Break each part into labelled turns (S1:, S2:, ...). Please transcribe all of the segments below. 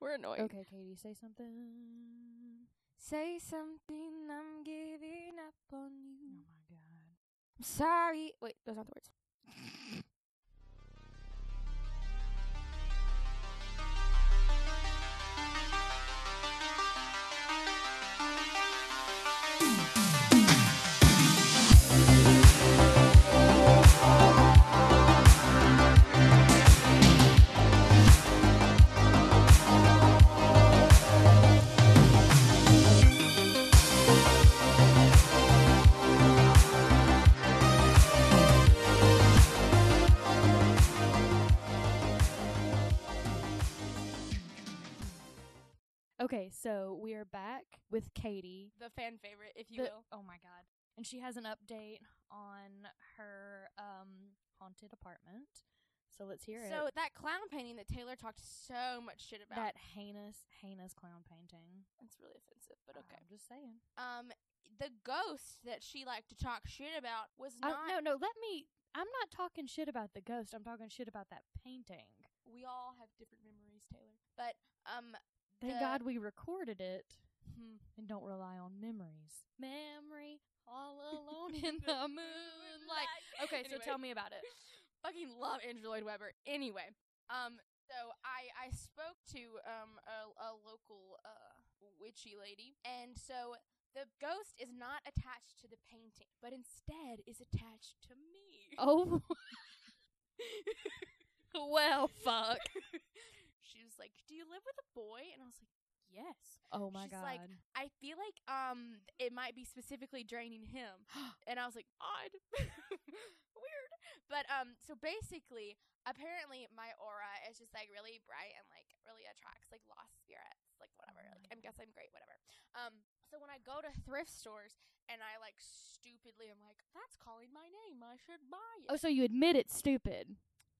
S1: We're annoying.
S2: Okay, Katie, say something.
S1: Say something. I'm giving up on you.
S2: Oh my god.
S1: I'm sorry. Wait, those aren't the words.
S2: Okay, so we are back with Katie.
S1: The fan favorite, if
S2: The- Oh my god. And she has an update on her um haunted apartment. So let's hear
S1: So
S2: it.
S1: that clown painting that Taylor talked so much shit about.
S2: That heinous, heinous clown painting.
S1: That's really offensive, but okay.
S2: I'm just saying.
S1: Um, the ghost that she liked to talk shit about was
S2: I,
S1: not.
S2: no, no, let me. I'm not talking shit about the ghost. I'm talking shit about that painting.
S1: We all have different memories, Taylor. But um,
S2: Thank
S1: The-
S2: God we recorded it and don't rely on memories. Memory all alone in the moonlight. Okay, so tell
S1: me.
S2: me about it.
S1: fucking love Andrew Lloyd Webber. Anyway, um, so I I spoke to um a, a local uh witchy lady, and so the ghost is not attached to the painting, but instead is attached to me.
S2: Oh, well, fuck.
S1: she was like, "Do you live with a boy?" And I was like, "Yes."
S2: Oh my
S1: She's
S2: God.
S1: like, I feel like um it might be specifically draining him. and I was like, odd. Weird. But um so basically, apparently my aura is just like really bright and like really attracts like lost spirits, like whatever.
S2: Oh
S1: Like
S2: my
S1: I guess I'm great, whatever. Um so when I go to thrift stores and I like stupidly am like, that's calling my name. I should buy it.
S2: oh, so you admit it's stupid.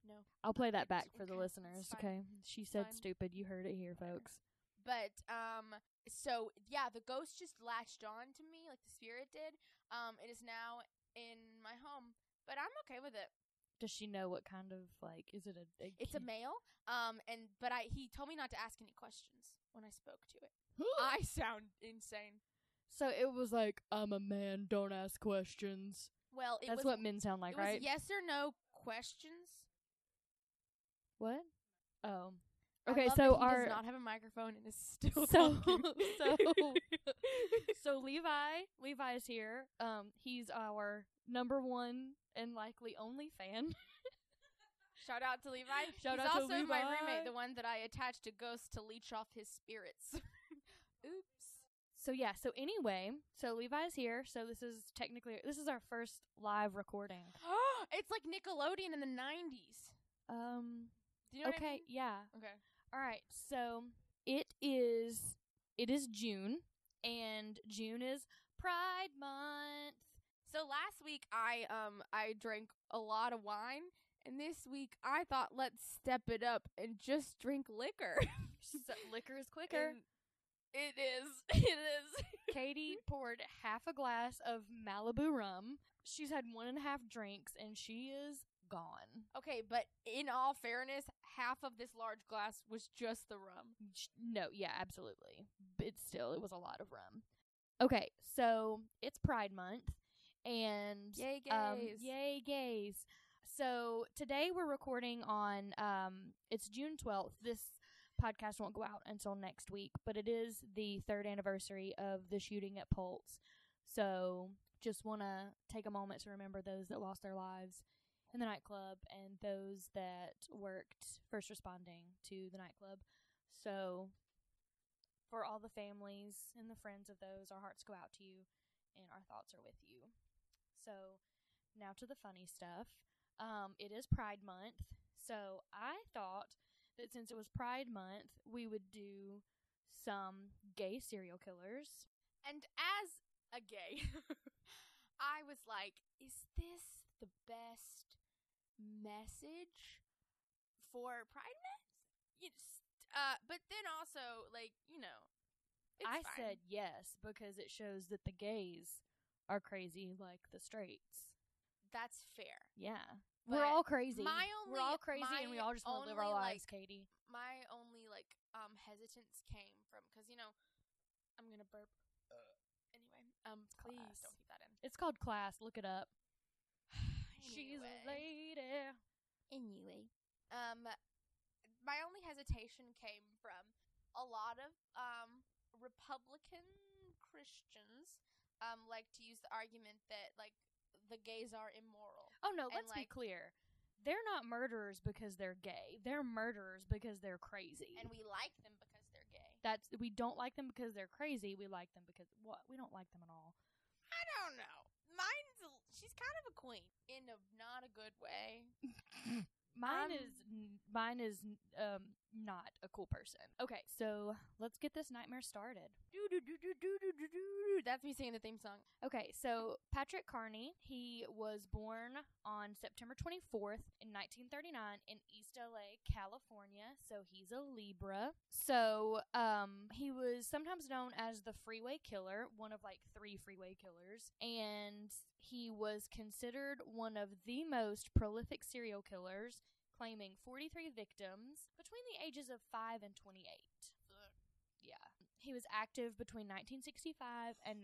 S1: no.
S2: I'll play that back
S1: It's
S2: for the
S1: okay. It's
S2: listeners.
S1: fine.
S2: Okay, she said
S1: fine.
S2: stupid. You heard it here, folks.
S1: But um so yeah, the ghost just latched on to me like the spirit did. Um it is now in my home, but I'm okay with it.
S2: Does she know what kind of like? Is it a? a
S1: It's a
S2: kid-
S1: male. Um and but I he told me not to ask any questions when I spoke to it. I sound insane.
S2: so it was like I'm a man. Don't ask questions.
S1: Well, it
S2: That's
S1: was
S2: what men sound like,
S1: it
S2: right?
S1: was yes or no questions.
S2: What? Oh.
S1: I
S2: Okay,
S1: love that
S2: so
S1: he does
S2: our
S1: not have a microphone and is still
S2: so
S1: talking.
S2: so so Levi Levi is here. Um, he's our number one and likely only fan.
S1: Shout out to Levi.
S2: Shout
S1: He's
S2: out to
S1: also my
S2: Levi.
S1: roommate, the one that I attached a ghost to leech off his spirits. Oops.
S2: So yeah. So anyway, so Levi is here. So this is technically this is our first live recording.
S1: it's like Nickelodeon in the nineties.
S2: Um.
S1: Do you know
S2: okay. Yeah.
S1: what I mean? Okay.
S2: All right. So it is it is June, and June is Pride Month.
S1: So last week I um I drank a lot of wine and this week I thought let's step it up and just drink liquor.
S2: So liquor is quicker.
S1: And it is. It is.
S2: Katie poured half a glass of Malibu rum. She's had one and a half drinks and she is gone.
S1: Okay, but in all fairness, half of this large glass was just the rum.
S2: Sh- No, yeah, absolutely. But it's still, it was a lot of rum. Okay, so it's Pride Month and
S1: Yay
S2: um,
S1: gays.
S2: yay gays. So today we're recording on um it's June 12th. This podcast won't go out until next week, but it is the 3rd anniversary of the shooting at Pulse. So just want to take a moment to remember those that lost their lives in the nightclub and those that worked first responding to the nightclub. So for all the families and the friends of those, our hearts go out to you and our thoughts are with you. So now to the funny stuff. Um, it is Pride Month, so I thought that since it was Pride Month, we would do some gay serial killers.
S1: And as a gay, I was like, is this the best message for Pride Month? It's, uh, but then also, like, you know, it's
S2: I
S1: fine.
S2: said yes because it shows that the gays are crazy like the straights.
S1: that's fair.
S2: Yeah. We're
S1: But
S2: all crazy.
S1: my
S2: We're all
S1: only-
S2: crazy and we
S1: my
S2: all just want to live
S1: only,
S2: our lives,
S1: like,
S2: Katie.
S1: My only, like, like um hesitance came from because you know I'm gonna burp. Anyway, um, please
S2: Class.
S1: don't keep that in.
S2: It's called Class. Look it up. She's
S1: Anyway.
S2: a lady.
S1: Anyway, um, my only hesitation came from a lot of um Republican Christians um like to use the argument that like the gays are immoral.
S2: Oh no,
S1: And,
S2: let's be
S1: like-
S2: clear. They're not murderers because they're gay. They're murderers because they're crazy.
S1: and we like them because they're gay.
S2: that's we don't like them because they're crazy. We like them because what? We don't like them at all.
S1: I don't know. Mine's a- she's kind of a queen in a not a good way. I'm-
S2: Mine is n- mine is n- um not a cool person. Okay, so let's get this nightmare started.
S1: Do do do do do do do do. That's me singing the theme song.
S2: Okay, so Patrick Carney, he was born on September 24th in 1939 in East LA, California. So he's a Libra. So um, he was sometimes known as the freeway killer, one of like three freeway killers. And he was considered one of the most prolific serial killers, claiming 43 victims between the ages of 5 and 28. Yeah. He was active between 1965 and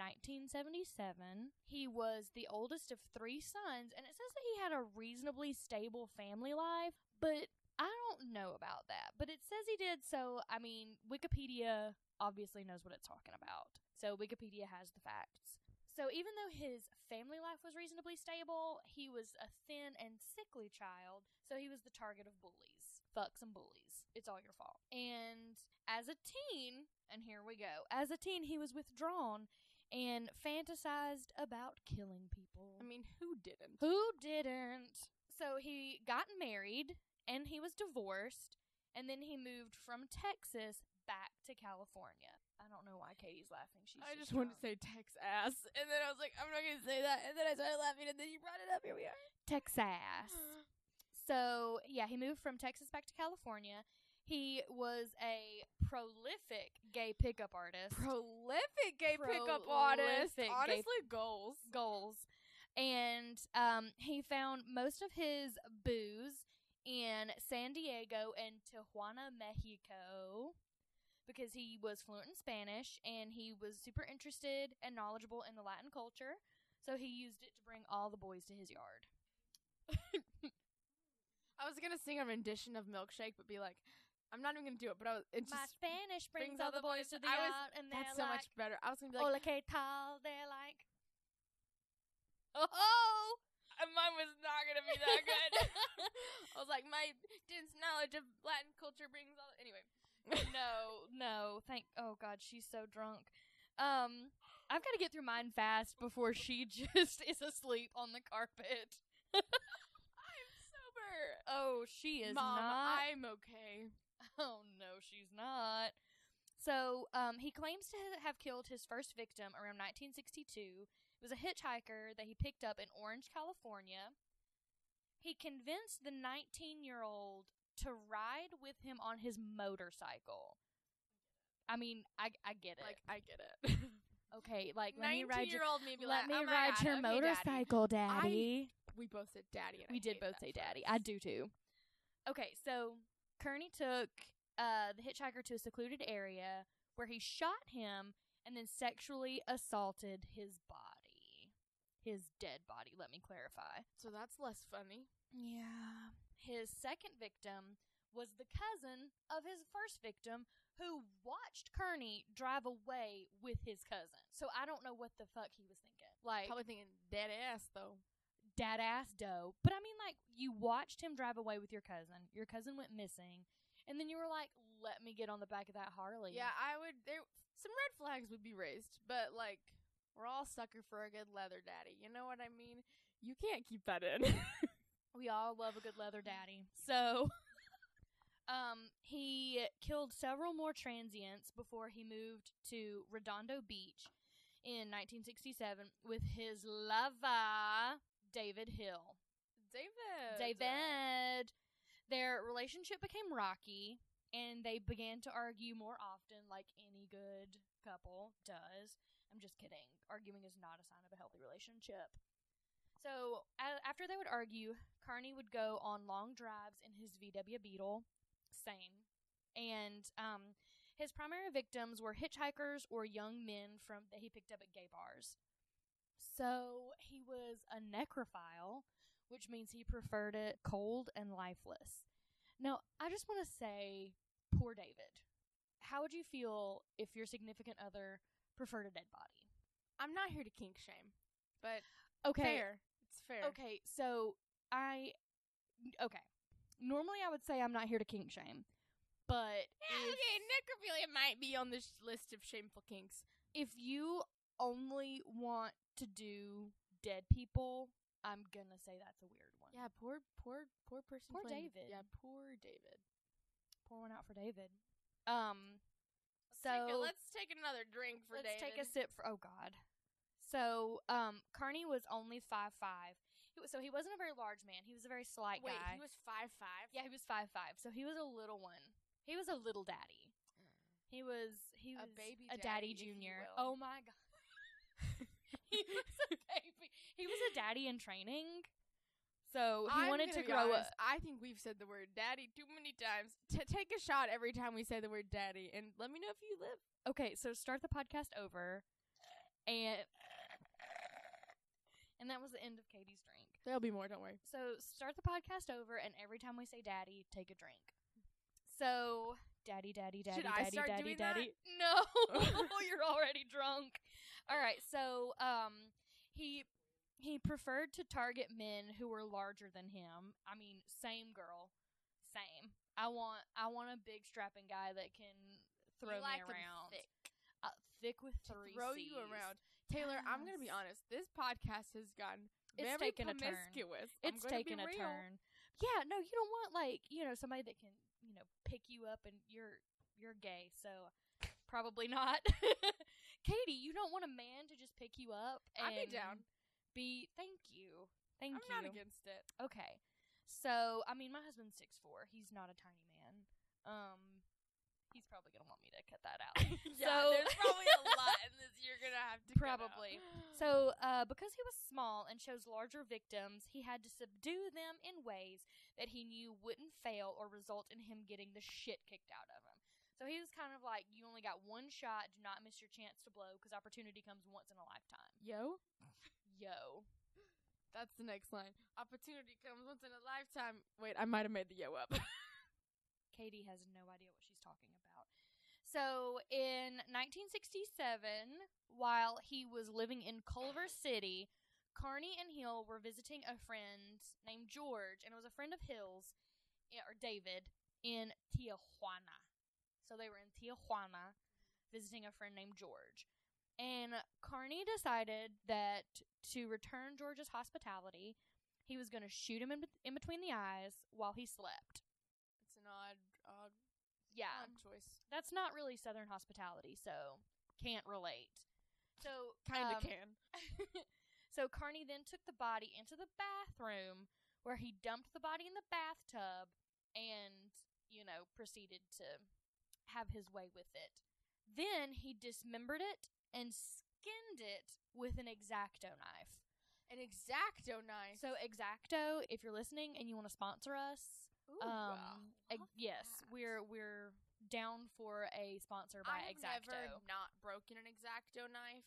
S2: 1977. He was the oldest of three sons, and it says that he had a reasonably stable family life, but I don't know about that. But it says he did, so I mean, Wikipedia obviously knows what it's talking about. So Wikipedia has the facts. So even though his family life was reasonably stable, he was a thin and sickly child, so he was the target of bullies. Fuck some bullies. It's all your fault. And as a teen, and here we go. As a teen, he was withdrawn and fantasized about killing people.
S1: I mean, who didn't?
S2: Who didn't? So he got married and he was divorced, and then he moved from Texas back to California. I don't know why Katie's laughing. She's
S1: I just wanted to
S2: drunk.
S1: say Tex ass, and then I was like, I'm not gonna say that, and then I started laughing, and then you brought it up. Here we are.
S2: Texas. So yeah, he moved from Texas back to California. He was a prolific gay pickup artist.
S1: Prolific gay pickup
S2: Prolific
S1: artist.
S2: gay-
S1: Honestly, goals.
S2: goals. And um, he found most of his booze in San Diego and Tijuana, Mexico, because he was fluent in Spanish and he was super interested and knowledgeable in the Latin culture. So he used it to bring all the boys to his yard.
S1: I was gonna sing a rendition of Milkshake, but be like, I'm not even gonna do it. But I was. It's
S2: My
S1: just
S2: Spanish brings, all the boys to the
S1: I
S2: yard,
S1: was-
S2: and they're
S1: that's so
S2: like,
S1: much better. I was gonna be like,
S2: "Hola, qué tal?" They're like,
S1: oh, and mine was not gonna be that good. I was like, my dense knowledge of Latin culture brings all. Anyway,
S2: no, no, thank. Oh God, she's so drunk. Um, I've got to get through mine fast before she just is asleep on the carpet.
S1: I'm sober.
S2: Oh, she is
S1: Mom,
S2: not.
S1: I'm okay.
S2: oh no, she's not. So, um, he claims to ha- have killed his first victim around 1962. It was a hitchhiker that he picked up in Orange, California. He convinced the 19 year old to ride with him on his motorcycle. I mean, I, I get it.
S1: Like I get it.
S2: Okay, like let me ride your,
S1: Nineteen-year-old me be
S2: let
S1: like,
S2: me
S1: "Oh my
S2: ride
S1: God,
S2: your
S1: okay, Daddy."
S2: motorcycle,
S1: I-
S2: daddy.
S1: We both said daddy, and I
S2: we did
S1: hate
S2: both
S1: that
S2: say
S1: phrase.
S2: daddy. I do too. Okay, so Kearney took uh, the hitchhiker to a secluded area where he shot him and then sexually assaulted his body, his dead body. Let me clarify.
S1: So that's less funny.
S2: Yeah. His second victim was the cousin of his first victim who watched Kearney drive away with his cousin. So I don't know what the fuck he was thinking. Like
S1: Probably thinking dead ass though.
S2: dad ass dough. But I mean like you watched him drive away with your cousin. Your cousin went missing. And then you were like, let me get on the back of that Harley.
S1: Yeah, I would. There, some red flags would be raised, but like we're all sucker for a good leather daddy. You know what I mean? You can't keep that in.
S2: We all love a good leather daddy. So, um, he killed several more transients before he moved to Redondo Beach in 1967 with his lover, David Hill.
S1: David.
S2: David. Their relationship became rocky, and they began to argue more often, like any good couple does. I'm just kidding. Arguing is not a sign of a healthy relationship. So a- after they would argue, Carney would go on long drives in his VW Beetle, same, and um, his primary victims were hitchhikers or young men from that he picked up at gay bars. So he was a necrophile, which means he preferred it cold and lifeless. Now, I just want to say, poor David. How would you feel if your significant other preferred a dead body?
S1: I'm not here to kink shame, but
S2: Okay.
S1: fair. It's fair.
S2: Okay, so I okay. Normally I would say I'm not here to kink shame. But
S1: Yeah,
S2: if,
S1: okay, necrophilia might be on this list of shameful kinks.
S2: if you only want to do dead people, I'm gonna say that's a weird one.
S1: Yeah, poor, poor, poor person.
S2: Poor
S1: playing-
S2: David.
S1: Yeah, poor David.
S2: Pour one out for David. Um so
S1: Take a- let's take another drink for
S2: let's
S1: David.
S2: take a sip for oh god. So um Carney was only five five. He was, so he wasn't a very large man. He was a very slight
S1: Wait,
S2: guy.
S1: he was five five.
S2: yeah, he was five five. So he was a little one. He was a little daddy. He was he
S1: A
S2: was
S1: baby
S2: a daddy,
S1: daddy, if you
S2: junior.
S1: will.
S2: Oh my god. he was a baby. He was a daddy in training. So he
S1: I'm
S2: wanted
S1: gonna
S2: to
S1: be
S2: grow
S1: honest,
S2: up.
S1: I think we've said the word daddy too many times. T- take a shot every time we say the word daddy, and let me know if you live.
S2: Okay, so start the podcast over and and that was the end of Katie's drink.
S1: There'll be more. Don't worry.
S2: So start the podcast over and every time we say daddy, take a drink. So daddy, daddy, daddy,
S1: Should I
S2: daddy,
S1: start
S2: daddy,
S1: doing that?
S2: daddy. No, you're already drunk. All right, so um, he he preferred to target men who were larger than him. I mean, same girl, same. I want I want a big strapping guy that can throw
S1: you
S2: me
S1: like 'em
S2: around,
S1: thick.
S2: Uh, thick with
S1: to
S2: three
S1: throw you
S2: Cs.
S1: around. Taylor, I'm gonna be
S2: Yes.
S1: honest. This podcast has gotten
S2: It's
S1: very
S2: taken a turn.
S1: promiscuous. I'm
S2: It's
S1: gonna be
S2: taken a
S1: real.
S2: turn. Yeah, no, you don't want like you know somebody that can you know pick you up and you're you're gay, so probably not. Katie, you don't want a man to just pick you up. And
S1: I'd be down.
S2: Be thank you, thank
S1: I'm
S2: you.
S1: not against it.
S2: Okay, so I mean, my husband's six four. He's not a tiny man. Um, he's probably gonna want me to cut that out.
S1: yeah,
S2: So-
S1: there's probably a lot in this you're gonna have to cut out.
S2: Probably. So, uh, because he was small and chose larger victims, he had to subdue them in ways that he knew wouldn't fail or result in him getting the shit kicked out of him. So he was kind of like, "You only got one shot. Do not miss your chance to blow, because opportunity comes once in a lifetime."
S1: yo,
S2: Yo,
S1: that's the next line. Opportunity comes once in a lifetime. Wait, I might have made the yo up.
S2: Katie has no idea what she's talking about. So, in 1967, while he was living in Culver City, Carney and Hill were visiting a friend named George, and it was a friend of Hill's, eh, or David, in Tijuana. So, they were in Tijuana visiting a friend named George. And Carney decided that to return George's hospitality, he was going to shoot him in, bet- in between the eyes while he slept.
S1: it's an odd, odd,
S2: Yeah
S1: odd choice.
S2: that's not really southern hospitality so can't relate so
S1: Kind of
S2: um,
S1: can.
S2: so carney then took the body into the bathroom where he dumped the body in the bathtub and you know proceeded to have his way with it then he dismembered it and skinned it with an exacto knife
S1: An exacto knife.
S2: so exacto if you're listening and you want to sponsor us
S1: Ooh,
S2: um
S1: wow.
S2: eg-
S1: Love
S2: yes
S1: that.
S2: we're we're down for a sponsor by
S1: I have
S2: exacto
S1: never not broken an exacto knife.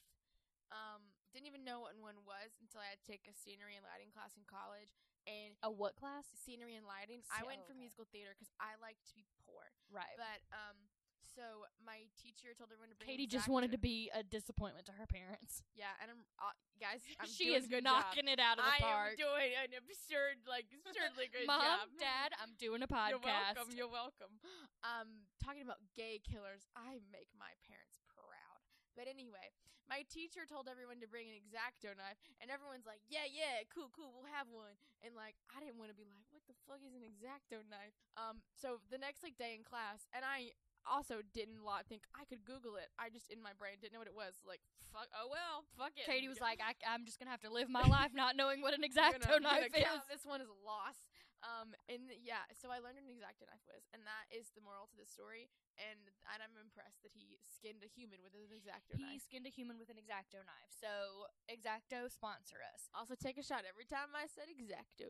S1: Um, didn't even know what one was until I had to take a scenery and lighting class in college. And
S2: a what class
S1: scenery and lighting,
S2: Se-
S1: I went
S2: oh,
S1: for
S2: okay.
S1: musical theater because I like to be poor.
S2: right
S1: But um, so my teacher told everyone to bring.
S2: katie just wanted to
S1: Xacto.
S2: be a disappointment to her parents
S1: Yeah, and I'm uh, guys. I'm
S2: she
S1: doing
S2: is
S1: a good
S2: knocking it out
S1: Job.
S2: of
S1: I
S2: the park
S1: am doing an absurd, like absurdly good
S2: mom
S1: job.
S2: dad i'm doing a podcast
S1: You're welcome. You're welcome. Um, talking about gay killers, I make my parents proud. But anyway, my teacher told everyone to bring an exacto knife, and everyone's like, "Yeah, yeah, cool, cool, we'll have one." And like, I didn't want to be like, "What the fuck is an exacto knife?" Um, so the next like day in class, and I also didn't lot think I could Google it. I just in my brain didn't know what it was. Like, fuck, oh well, fuck it.
S2: katie was
S1: Yeah.
S2: like I, i'm just gonna have to live my life not knowing what an
S1: I'm
S2: exacto
S1: gonna- I'm gonna
S2: knife is
S1: count This one is a loss. Um, and yeah, so I learned what an exacto knife was, and that is the moral to the story. And and I'm impressed that he skinned a human with an exacto
S2: he
S1: knife.
S2: skinned a human with an exacto knife so exacto sponsor us
S1: Also, take a shot every time I said exacto.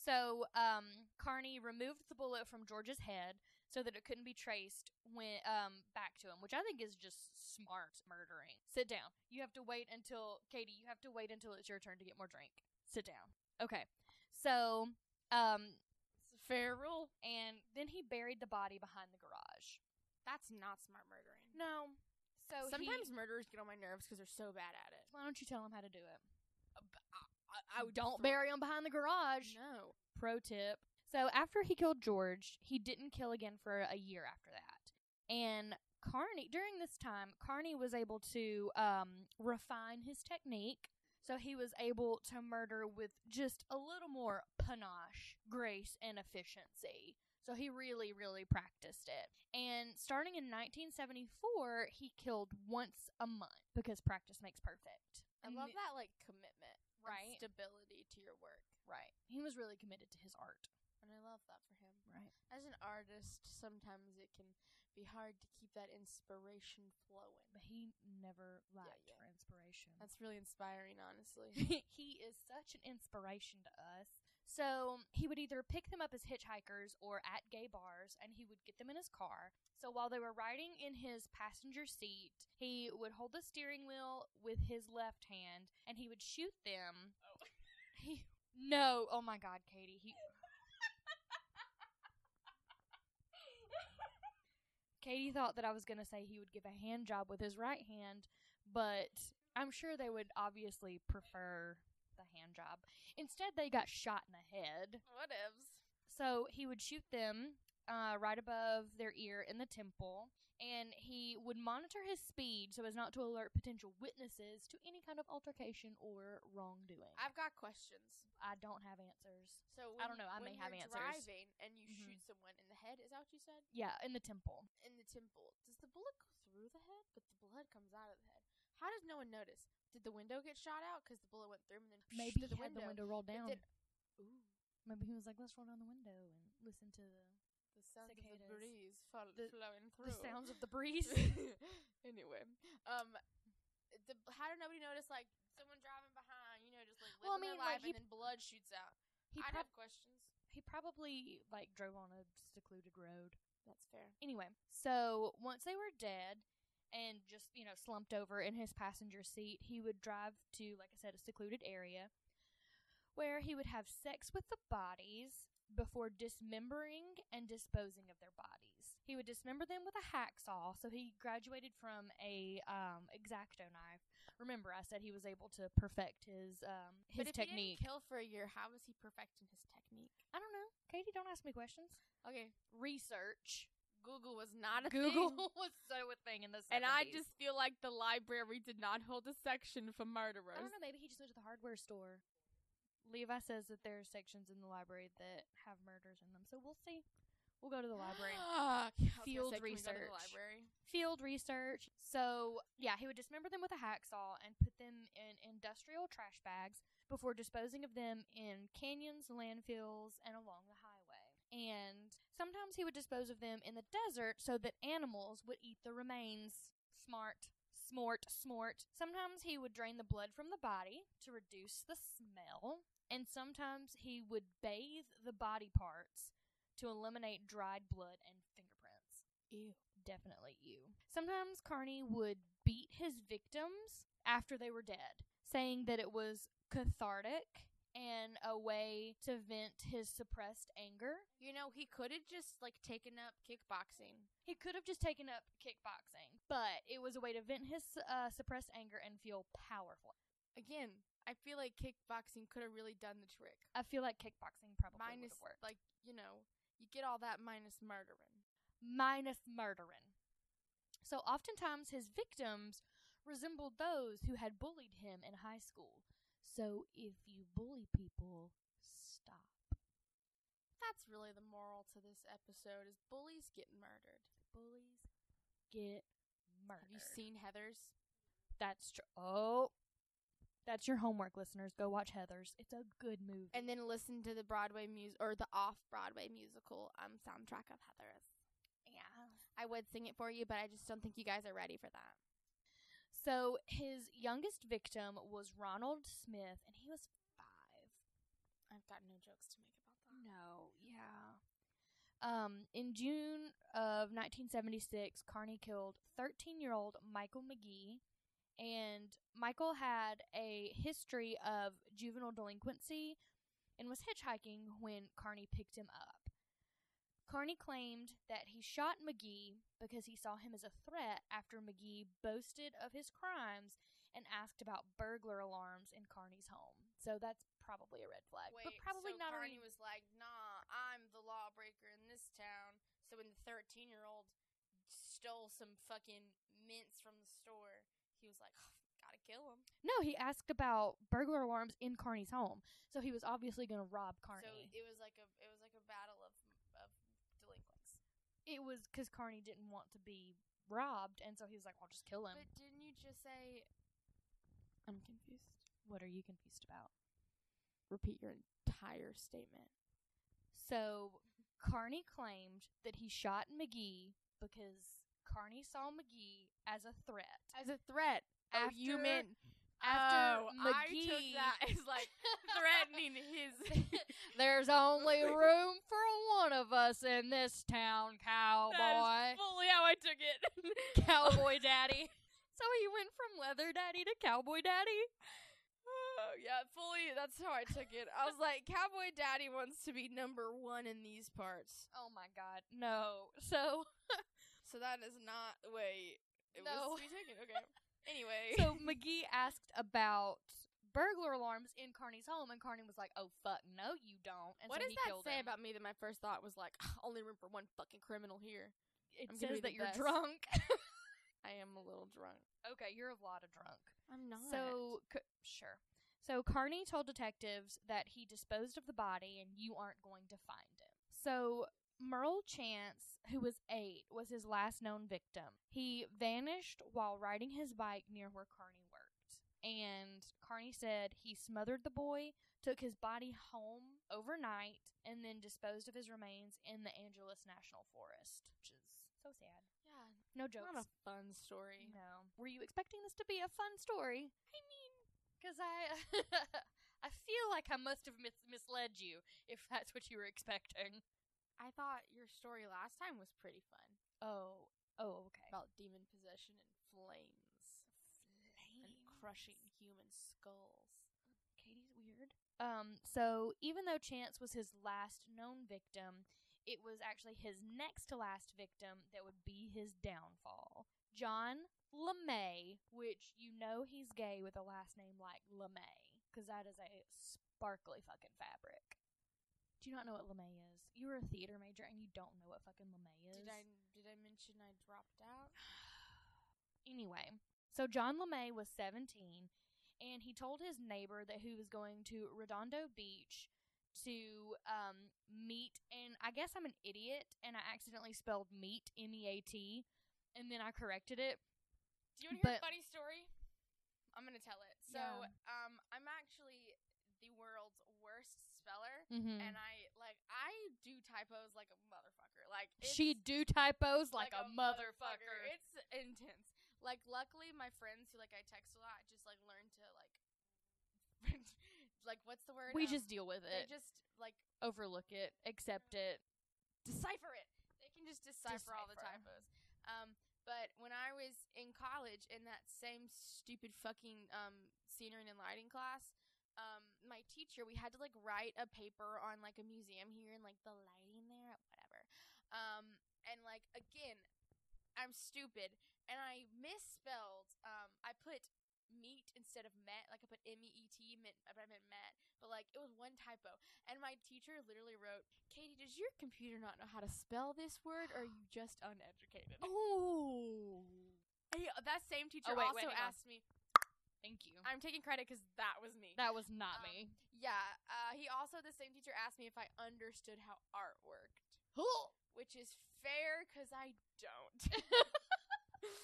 S2: so um, Carney removed the bullet from George's head, so that it couldn't be traced when um back to him, which I think is just smart murdering. Sit down. You have to wait until Katie, you have to wait until it's your turn to get more drink. Sit down. Okay. So, um fair rule. And then he buried the body behind the garage.
S1: That's not smart murdering.
S2: No. So he-
S1: Sometimes murderers get on my nerves because they're so bad at it.
S2: why don't you tell him how to do it?
S1: Uh, b- I, I- I would
S2: don't
S1: throw-
S2: bury him behind the garage.
S1: No.
S2: Pro tip. So after he killed George, he didn't kill again for a year after that. And Carney, during this time, Carney was able to um, refine his technique. So he was able to murder with just a little more panache, grace, and efficiency. So he really, really practiced it. And starting in 1974, he killed once a month because practice makes perfect.
S1: I love that like commitment, and
S2: Right.
S1: stability to your work,
S2: Right. He was really committed to his art.
S1: and I love that for him.
S2: Right.
S1: As an artist, sometimes it can be hard to keep that inspiration flowing.
S2: But he never lacked
S1: yeah.
S2: for inspiration.
S1: That's really inspiring, honestly.
S2: he is such an inspiration to us. So he would either pick them up as hitchhikers or at gay bars, and he would get them in his car. So while they were riding in his passenger seat, he would hold the steering wheel with his left hand, and he would shoot them. He no, oh my God, Katie, he. Katie thought that I was going to say he would give a hand job with his right hand, but I'm sure they would obviously prefer the hand job. Instead, they got shot in the head.
S1: what ifs?
S2: So he would shoot them uh, right above their ear in the temple, and he would monitor his speed so as not to alert potential witnesses to any kind of altercation or wrongdoing. I,
S1: I've got questions.
S2: I don't have answers.
S1: So
S2: I
S1: when
S2: don't
S1: you-
S2: know, I may
S1: when
S2: have
S1: you're
S2: answers.
S1: Driving and you
S2: Mhm.
S1: shoot someone in the head. Is that what you said?
S2: Yeah, in the temple.
S1: In the temple, does the bullet go through the head? But the blood comes out of the head. How does no one notice? Did the window get shot out because the bullet went through him and then
S2: Maybe
S1: to
S2: he had the window rolled down.
S1: Then, ooh,
S2: Maybe he was like, let's roll down the window and listen to the,
S1: the sound of the
S2: Cicadas.
S1: breeze fall,
S2: The-
S1: flowing
S2: the
S1: through.
S2: sounds of the breeze.
S1: anyway, um, the, how did nobody notice? Like someone driving behind, you know, just like living
S2: Well, I
S1: their
S2: mean, like,
S1: life,
S2: he-
S1: and then blood shoots out.
S2: he,
S1: I'd
S2: prob-
S1: have questions.
S2: he probably like drove on a secluded road.
S1: That's fair.
S2: Anyway, so once they were dead and just, you know, slumped over in his passenger seat, he would drive to, like I said, a secluded area where he would have sex with the bodies before dismembering and disposing of their bodies. He would dismember them with a hacksaw, so he graduated from a um exacto knife. Remember I said he was able to perfect his um his
S1: but if he
S2: technique.
S1: didn't kill for a year, how was he perfecting his technique?
S2: I don't know. Katie, don't ask me questions.
S1: Okay,
S2: Research.
S1: Google was not a
S2: Google
S1: thing.
S2: was so a thing in the 70s.
S1: And I just feel like the library did not hold a section for murderers.
S2: I don't know. Maybe he just went to the hardware store. Levi says that there are sections in the library that have murders in them, so we'll see. We'll go to the library.
S1: I was gonna
S2: Field
S1: say, can we go to the
S2: research.
S1: library?
S2: Field research. So yeah, he would dismember them with a hacksaw and put them in industrial trash bags before disposing of them in canyons, landfills, and along the highway. And sometimes he would dispose of them in the desert so that animals would eat the remains. Smart. Smort, smort. Sometimes he would drain the blood from the body to reduce the smell, and sometimes he would bathe the body parts to eliminate dried blood and fingerprints
S1: Ew.
S2: definitely you. Sometimes Carney would beat his victims after they were dead, saying that it was cathartic and a way to vent his suppressed anger.
S1: You know, he could have just like taken up kickboxing.
S2: He could have just taken up kickboxing, but it was a way to vent his uh, suppressed anger and feel powerful.
S1: Again, I feel like kickboxing could have really done the trick.
S2: I feel like kickboxing probably would
S1: minus,
S2: have worked.
S1: like you know, you get all that minus murdering.
S2: minus murdering. So oftentimes his victims resembled those who had bullied him in high school. So if you bully people, stop.
S1: That's really the moral to this episode: is bullies get murdered.
S2: Bullies get murdered.
S1: Have you seen Heather's?
S2: That's true. Oh, that's your homework, listeners. Go watch Heather's. It's a good movie.
S1: And then listen to the Broadway music or the off-Broadway musical um soundtrack of Heather's.
S2: yeah.
S1: I would sing it for you, but I just don't think you guys are ready for that.
S2: So his youngest victim was Ronald Smith, and he was five.
S1: Uh, I've got no jokes to make about that.
S2: No, yeah. Um, in June of 1976, Carney killed 13 year old Michael McGee. And Michael had a history of juvenile delinquency and was hitchhiking when Carney picked him up. Carney claimed that he shot McGee because he saw him as a threat after McGee boasted of his crimes and asked about burglar alarms in Carney's home. So that's probably a red flag,
S1: Wait,
S2: but probably
S1: so
S2: not a
S1: Carney
S2: re-
S1: was like, "Nah, I'm the lawbreaker in this town." So when the 13 year old stole some fucking mints from the store, he was like, "Oh, "Gotta kill him."
S2: No, he asked about burglar alarms in Carney's home. So he was obviously going to rob Carney.
S1: So it was like a it was like a battle of of delinquents.
S2: it was because Carney didn't want to be robbed, and so he was like, "I'll just kill him."
S1: Um, But didn't you just say? I'm confused.
S2: what are you confused about?
S1: Repeat your entire statement.
S2: So Carney claimed that he shot McGee because Carney saw McGee as a threat.
S1: As a threat. Oh, you
S2: After-
S1: meant
S2: after
S1: oh, I took
S2: McGee-
S1: that as like threatening his.
S2: There's only room for one of us in this town,
S1: Oh, That
S2: cowboy.
S1: is fully how I took it.
S2: Cowboy daddy. So he went from leather daddy to cowboy daddy.
S1: Oh, yeah, fully. That's how I took it. I was like, Cowboy Daddy wants to be number one in these parts.
S2: Oh my god, no. So
S1: So that is not the way it
S2: No.
S1: was to be taken. Okay. Anyway.
S2: so McGee asked about burglar alarms in Carney's home, and Carney was like, "Oh fuck, no, you don't." And
S1: what
S2: so
S1: does
S2: he
S1: that
S2: killed
S1: say
S2: him.
S1: about me that my first thought was like, "Ah, only room for one fucking criminal here?
S2: It
S1: I'm gonna be
S2: says
S1: the
S2: that you're
S1: best.
S2: drunk.
S1: I am a little drunk.
S2: okay, you're a lot of drunk.
S1: I'm
S2: So c- sure. So Carney told detectives that he disposed of the body, and you aren't going to find him. So Merle Chance, who was eight, was his last known victim. He vanished while riding his bike near where Carney worked, and Carney said he smothered the boy, took his body home overnight, and then disposed of his remains in the Angeles National Forest, which is so sad.
S1: yeah,
S2: No jokes.
S1: not a fun story.
S2: No. Were you expecting this to be a fun story? I mean, because I, I feel like I must have mis- misled you if that's what you were expecting.
S1: I thought your story last time was pretty fun
S2: Oh. Oh. Okay.
S1: about demon possession and flames and crushing human skulls.
S2: Katie's weird. Um. So even though Chance was his last known victim, it was actually his next to last victim that would be his downfall. John LeMay, which you know he's gay with a last name like LeMay, because that is a sparkly fucking fabric. Do you not know what LeMay is? You were a theater major and you don't know what fucking LeMay is.
S1: Did I did I mention I dropped out?
S2: Anyway, so John LeMay was 17, and he told his neighbor that he was going to Redondo Beach to um, meet. And I guess I'm an idiot, and I accidentally spelled meet M E A T, and then I corrected it.
S1: Do you want to hear
S2: But-
S1: a funny story? I'm gonna tell it. So,
S2: Yeah.
S1: um, I'm actually the world's worst speller,
S2: Mm-hmm.
S1: and I like I do typos like a motherfucker. Like
S2: she
S1: it's-
S2: do typos like, a, motherfucker.
S1: It's intense. Like, luckily, my friends who like I text a lot just like learn to like, like what's the word?
S2: We
S1: Um,
S2: just deal with
S1: they
S2: it,
S1: just like
S2: overlook it, accept it.
S1: decipher it. They can just decipher, all the
S2: Decipher.
S1: typos. Um, but when I was in college in that same stupid fucking um, scenery and lighting class, um, my teacher, we had to like write a paper on like a museum here and like the lighting there, whatever. Um, and like again, I'm stupid and I misspelled. Um, I put meat instead of met. Like I put M E E T, meant I meant met, but like it was one typo. And my teacher literally wrote, "Katie, does your computer not know how to spell this word, or are you just uneducated?"
S2: Oh,
S1: Hey, that same teacher
S2: wait, wait,
S1: also
S2: hang on.
S1: asked me.
S2: thank you.
S1: I'm taking credit because that was me.
S2: that was not
S1: Um,
S2: me.
S1: yeah, uh, he also the same teacher asked me if I understood how art worked, which is fair because I don't.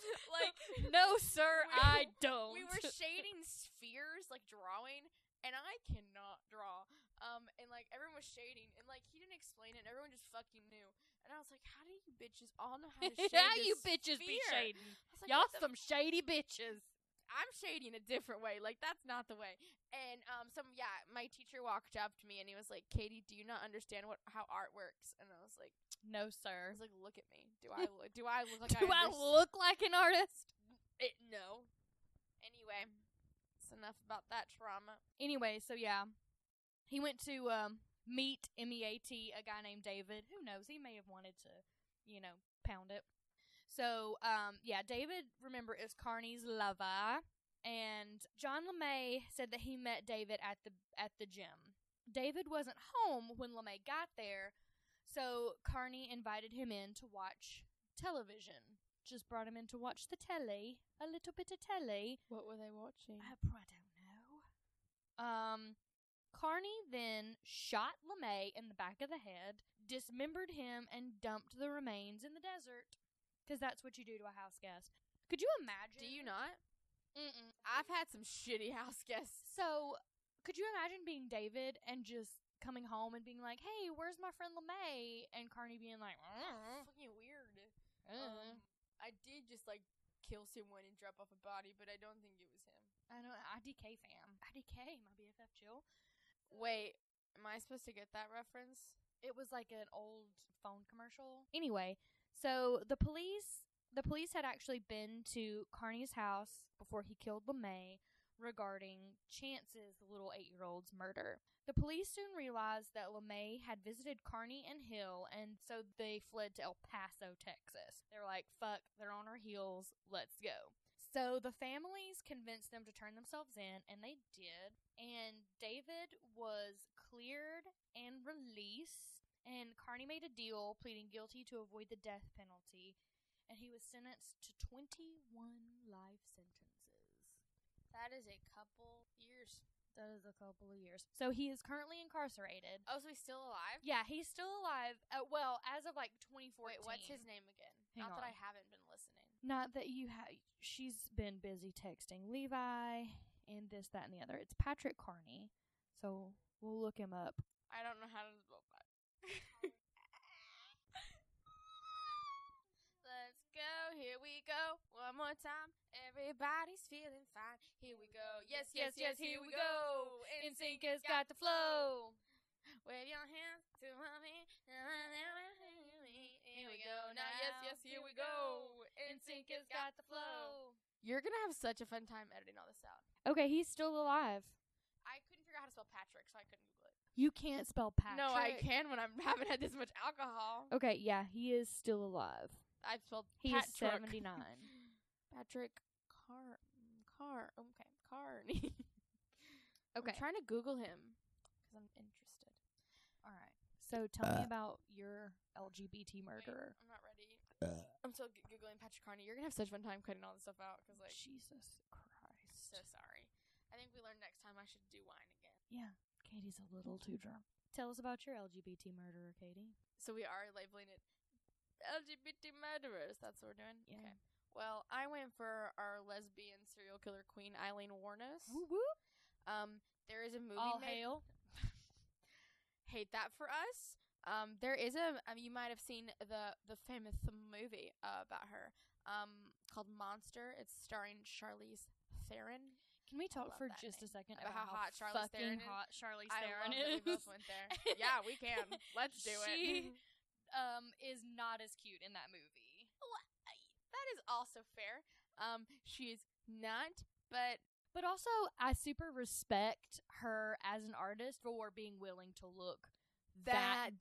S1: like
S2: no, sir,
S1: we-
S2: I don't.
S1: we were shading spheres like drawing and i cannot draw um and like everyone was shading and like he didn't explain it and everyone just fucking knew and i was like how do you bitches all know how to shade
S2: yeah, you
S1: this
S2: bitches be
S1: sphere?"
S2: shading.
S1: I was like,
S2: Y'all
S1: "What the
S2: some shady bitches.
S1: f-" I'm shady in a different way. Like that's not the way. And um, some yeah, my teacher walked up to me and he was like, "Katie, do you not understand what how art works?" And I was like,
S2: No,
S1: I
S2: sir.
S1: was like, "Look at me. Do I look, do I look like
S2: Do I
S1: underst-
S2: look like an artist?
S1: It, no. Anyway, it's enough about that trauma.
S2: Anyway, so yeah, he went to um, meet M E A T a guy named David. Who knows? He may have wanted to, you know, pound it. So um, yeah, David remember is Carney's lover, and John Lemay said that he met David at the at the gym. David wasn't home when Lemay got there, so Carney invited him in to watch television. Just brought him in to watch the telly, a little bit of telly,
S1: What were they watching?
S2: I pr- I don't know. Um, Carney then shot LeMay in the back of the head, dismembered him, and dumped the remains in the desert. Because that's what you do to a house guest. Could you imagine?
S1: Do you not?
S2: Mm-mm.
S1: I've had some shitty house guests.
S2: So, could you imagine being David and just coming home and being like, "Hey, where's my friend LeMay?" And Carney being like,
S1: Mm-hmm.
S2: "Mm,
S1: Fucking weird.
S2: mm."
S1: Um, I did just like kill someone and drop off a body, but I don't think it was him.
S2: "I don't, IDK fam, IDK, my BFF chill."
S1: Wait, am I supposed to get that reference?
S2: it was like an old phone commercial. Anyway, so the police the police had actually been to Carney's house before he killed LeMay regarding Chance's little eight year old's murder. The police soon realized that LeMay had visited Carney and Hill and so they fled to El Paso, Texas. They were like, fuck, they're on our heels, let's go. So the families convinced them to turn themselves in and they did. And David was cleared and released. And Carney made a deal, pleading guilty to avoid the death penalty, and he was sentenced to 21 life sentences.
S1: That is a couple years.
S2: That is a couple of years. So he is currently incarcerated.
S1: Oh, so he's still alive?
S2: Yeah, he's still alive. Uh, well, as of like 2014.
S1: Wait, what's his name again?
S2: Hang
S1: Not that I
S2: on.
S1: haven't been listening.
S2: Not that you have. She's been busy texting Levi and this, that, and the other. It's Patrick Carney. So we'll look him up.
S1: I don't know how to spell that. Let's go, here we go, one more time. Everybody's feeling fine. Here we go. Yes, yes, yes, here we go. In sync has got the flow. Wave your hands to mommy. Here we go. Now, yes, yes, here we go. In sync has got the flow. You're gonna have such a fun time editing all this out.
S2: Okay, he's still alive.
S1: I couldn't figure out how to spell Patrick, so I couldn't Google it.
S2: You can't spell Patrick.
S1: No, I can when I haven't had this much alcohol.
S2: Okay, yeah, he is still alive.
S1: I've spelled
S2: He's
S1: Patrick.
S2: 79.
S1: Patrick Car Car okay Carney.
S2: Okay.
S1: I'm trying to Google him because I'm interested.
S2: All right. So tell me about your LGBT murderer.
S1: Wait, I'm not ready. I'm still g- googling Patrick Carney. You're gonna have such fun time cutting all this stuff out because like
S2: Jesus Christ.
S1: so sorry. I think we learned next time I should do wine again.
S2: yeah, Katie's a little too drunk. Tell us about your LGBT murderer, Katie.
S1: So we are labeling it LGBT murderers. That's what we're doing.
S2: Yeah.
S1: Okay. Well, I went for our lesbian serial killer queen Eileen Warnos.
S2: woo.
S1: Um, there is a movie
S2: All
S1: made
S2: hail.
S1: hate that for us. Um, there is a um, you might have seen the the famous movie uh, about her um, called Monster. It's starring Charlize Theron.
S2: Can we
S1: love
S2: talk for
S1: that
S2: just a
S1: name.
S2: second
S1: About
S2: about,
S1: how hot Charlize
S2: fucking
S1: Theron is?
S2: hot Charlize
S1: I love
S2: Theron
S1: that
S2: is?
S1: we both went there. yeah, we can. Let's do it.
S2: She- um, is not as cute in that movie.
S1: that is also fair. Um, she is not, but
S2: But also, I super respect her as an artist for being willing to look that,
S1: That bad.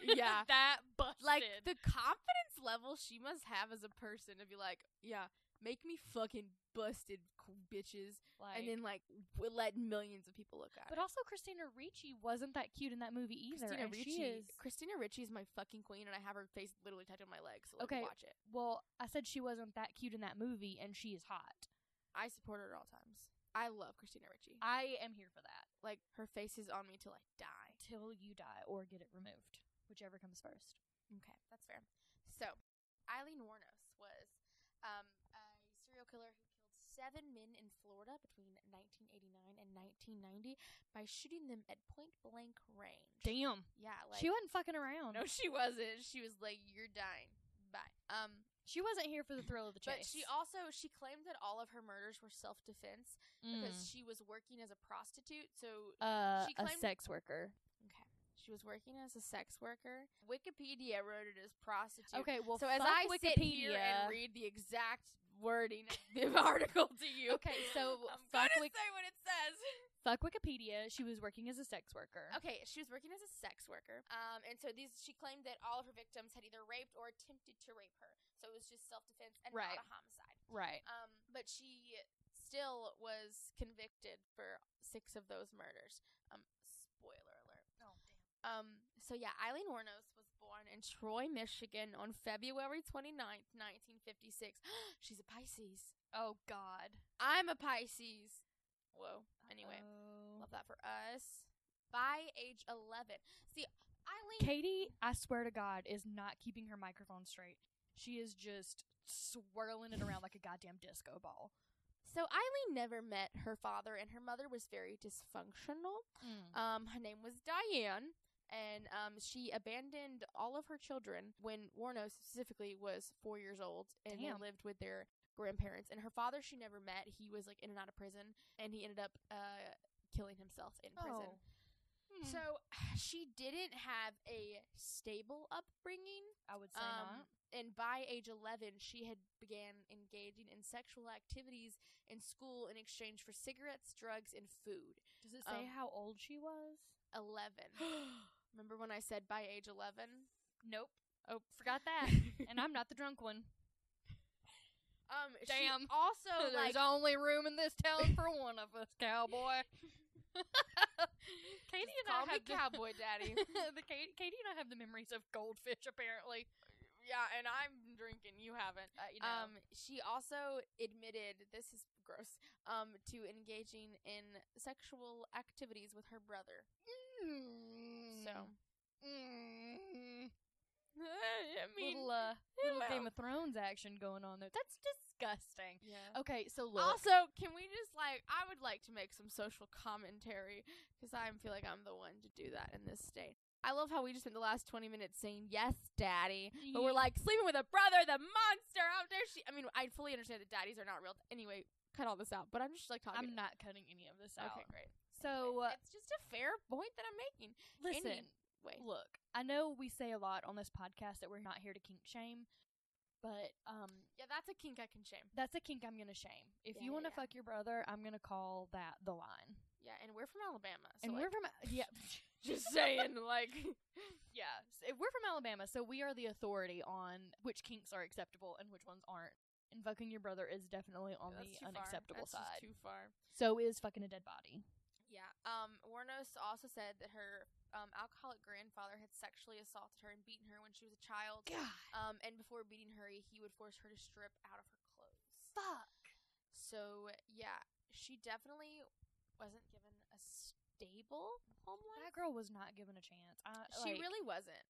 S2: busted.
S1: Yeah.
S2: that busted.
S1: like the confidence level she must have as a person to be like, yeah, make me fucking busted, c- bitches,
S2: Like-
S1: and then like w- let millions of people look at it.
S2: but also Christina Ricci wasn't that cute in that movie either.
S1: Christina
S2: and
S1: Ricci.
S2: she is.
S1: Christina Ricci is my fucking queen, and I have her face literally tattooed on my leg. So like,
S2: Okay.
S1: watch it.
S2: Well, I said she wasn't that cute in that movie, and she is hot.
S1: I support her at all times. I love Christina Ricci.
S2: I am here for that
S1: like her face is on me till I die.
S2: till you die or get it removed, whichever comes first.
S1: Okay, that's fair. So, Eileen Warnos was um, a serial killer who killed seven men in Florida between 1989 and 1990 by shooting them at point blank range.
S2: Damn,
S1: Yeah, like
S2: she wasn't fucking around.
S1: No, she wasn't. She was like, "You're dying. Bye." Um,
S2: She wasn't here for the thrill of the chase.
S1: But she also she claimed that all of her murders were self defense because
S2: Mm.
S1: she was working as a prostitute. So
S2: uh,
S1: she
S2: a
S1: claimed-
S2: sex worker.
S1: okay, she was working as a sex worker. Wikipedia wrote it as prostitute.
S2: Okay, well,
S1: so as
S2: fuck
S1: I
S2: Wikipedia,
S1: sit here and read the exact wording of the article to you,
S2: Okay, so
S1: I'm
S2: fuck
S1: gonna
S2: Wik-
S1: say what it says.
S2: fuck Wikipedia. She was working as a sex worker.
S1: Okay, she was working as a sex worker, um, and so these she claimed that all of her victims had either raped or attempted to rape her. So it was just self defense and
S2: Right.
S1: not a homicide.
S2: Right.
S1: Um, but she still was convicted for six of those murders. Um, spoiler alert. Oh damn. Um, so yeah, Eileen Warnos was born in Troy, Michigan on February 29th, 1956. She's a Pisces.
S2: Oh God.
S1: I'm a Pisces. Whoa. Anyway,
S2: Oh.
S1: love that for us. By age 11. See, Eileen
S2: Katie, I swear to God, is not keeping her microphone straight. She is just swirling it around like a goddamn disco ball.
S1: So Eileen never met her father and her mother was very dysfunctional. Um, her name was Diane, and um, she abandoned all of her children when Warno specifically was four years old, and they
S2: Damn.
S1: lived with their grandparents. And her father, she never met. He was like in and out of prison, and he ended up uh, killing himself in prison.
S2: Oh.
S1: So
S2: So
S1: she didn't have a stable upbringing.
S2: I would say
S1: Um, and by age 11, she had began engaging in sexual activities in school in exchange for cigarettes, drugs, and food.
S2: Does it say
S1: um,
S2: how old she was?
S1: 11. Remember when I said by age 11?
S2: nope. Oh, forgot that. and I'm not the drunk one.
S1: um, She
S2: Damn.
S1: also,
S2: Oh,
S1: like,
S2: only room in this town for one of us, cowboy. Katie
S1: just
S2: and
S1: call
S2: I
S1: me
S2: have the-
S1: cowboy daddy.
S2: the Katie, Katie and I have the memories of goldfish. Apparently,
S1: yeah, and I'm drinking. You haven't.
S2: uh, you
S1: Um, she also admitted this is gross. Um, to engaging in sexual activities with her brother. So,
S2: so Mm. Mm-hmm.
S1: I mean,
S2: little, uh, little
S1: hello.
S2: Game of Thrones action going on there. That's disgusting.
S1: yeah.
S2: Okay, so look.
S1: Also, can we just like I would like to make some social commentary because I feel like I'm the one to do that in this state. I love how we just spent the last 20 minutes saying yes, daddy, but we're
S2: Ye-
S1: like sleeping with a brother, the monster. How dare she? I mean, I fully understand that daddies are not real. Anyway, cut all this out. But I'm just like talking.
S2: I'm not cutting any of this out.
S1: okay, great.
S2: So uh,
S1: it's just a fair point that I'm making.
S2: listen,
S1: Wait,
S2: look. I know we say a lot on this podcast that we're not here to kink shame, but um,
S1: yeah, that's a kink I can shame.
S2: that's a kink I'm gonna shame. If
S1: Yeah, yeah,
S2: you want to
S1: yeah.
S2: fuck your brother, I'm gonna call that the line.
S1: Yeah, and we're from Alabama, so
S2: and
S1: like,
S2: we're from yeah,
S1: just saying like
S2: yeah. s- We're from Alabama, so we are the authority on which kinks are acceptable and which ones aren't. And fucking your brother is definitely on
S1: that's too
S2: the
S1: far.
S2: unacceptable
S1: That's just
S2: side.
S1: too far.
S2: So is fucking a dead body.
S1: Yeah. Um, Warnos also said that her um, alcoholic grandfather had sexually assaulted her and beaten her when she was a child. Um, and before beating her, he would force her to strip out of her clothes.
S2: fuck.
S1: So yeah, she definitely wasn't given a stable home life.
S2: That girl was not given a chance. I,
S1: she
S2: like,
S1: really wasn't.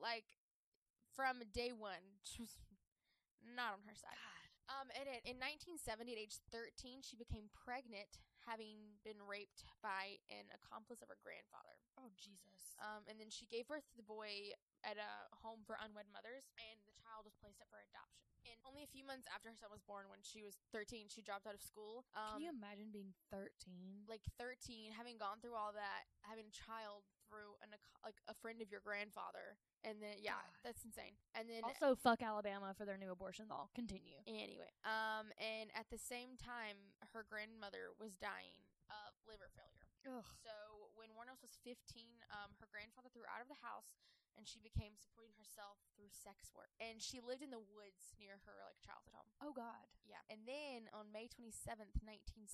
S1: Like from day one, she was not on her side. Um, and it, in 1970, at age 13, she became pregnant, having been raped by an accomplice of her grandfather.
S2: Oh Jesus.
S1: Um, and then she gave birth to the boy at a home for unwed mothers, and the child was placed up for adoption. And only a few months after her son was born, when she was 13, she dropped out of school. Um,
S2: Can you imagine being thirteen?
S1: like 13, having gone through all that, having a child through an ac- like a friend of your grandfather, and then yeah,
S2: God.
S1: that's insane. And then
S2: also, fuck Alabama for their new abortion law. Continue.
S1: anyway, um, and at the same time, her grandmother was dying of liver failure.
S2: Ugh.
S1: So when Warnos was 15, um, her grandfather threw her out of the house, and she became supporting herself through sex work. And she lived in the woods near her like childhood home.
S2: Oh God.
S1: Yeah. And then on May 27th, 1974,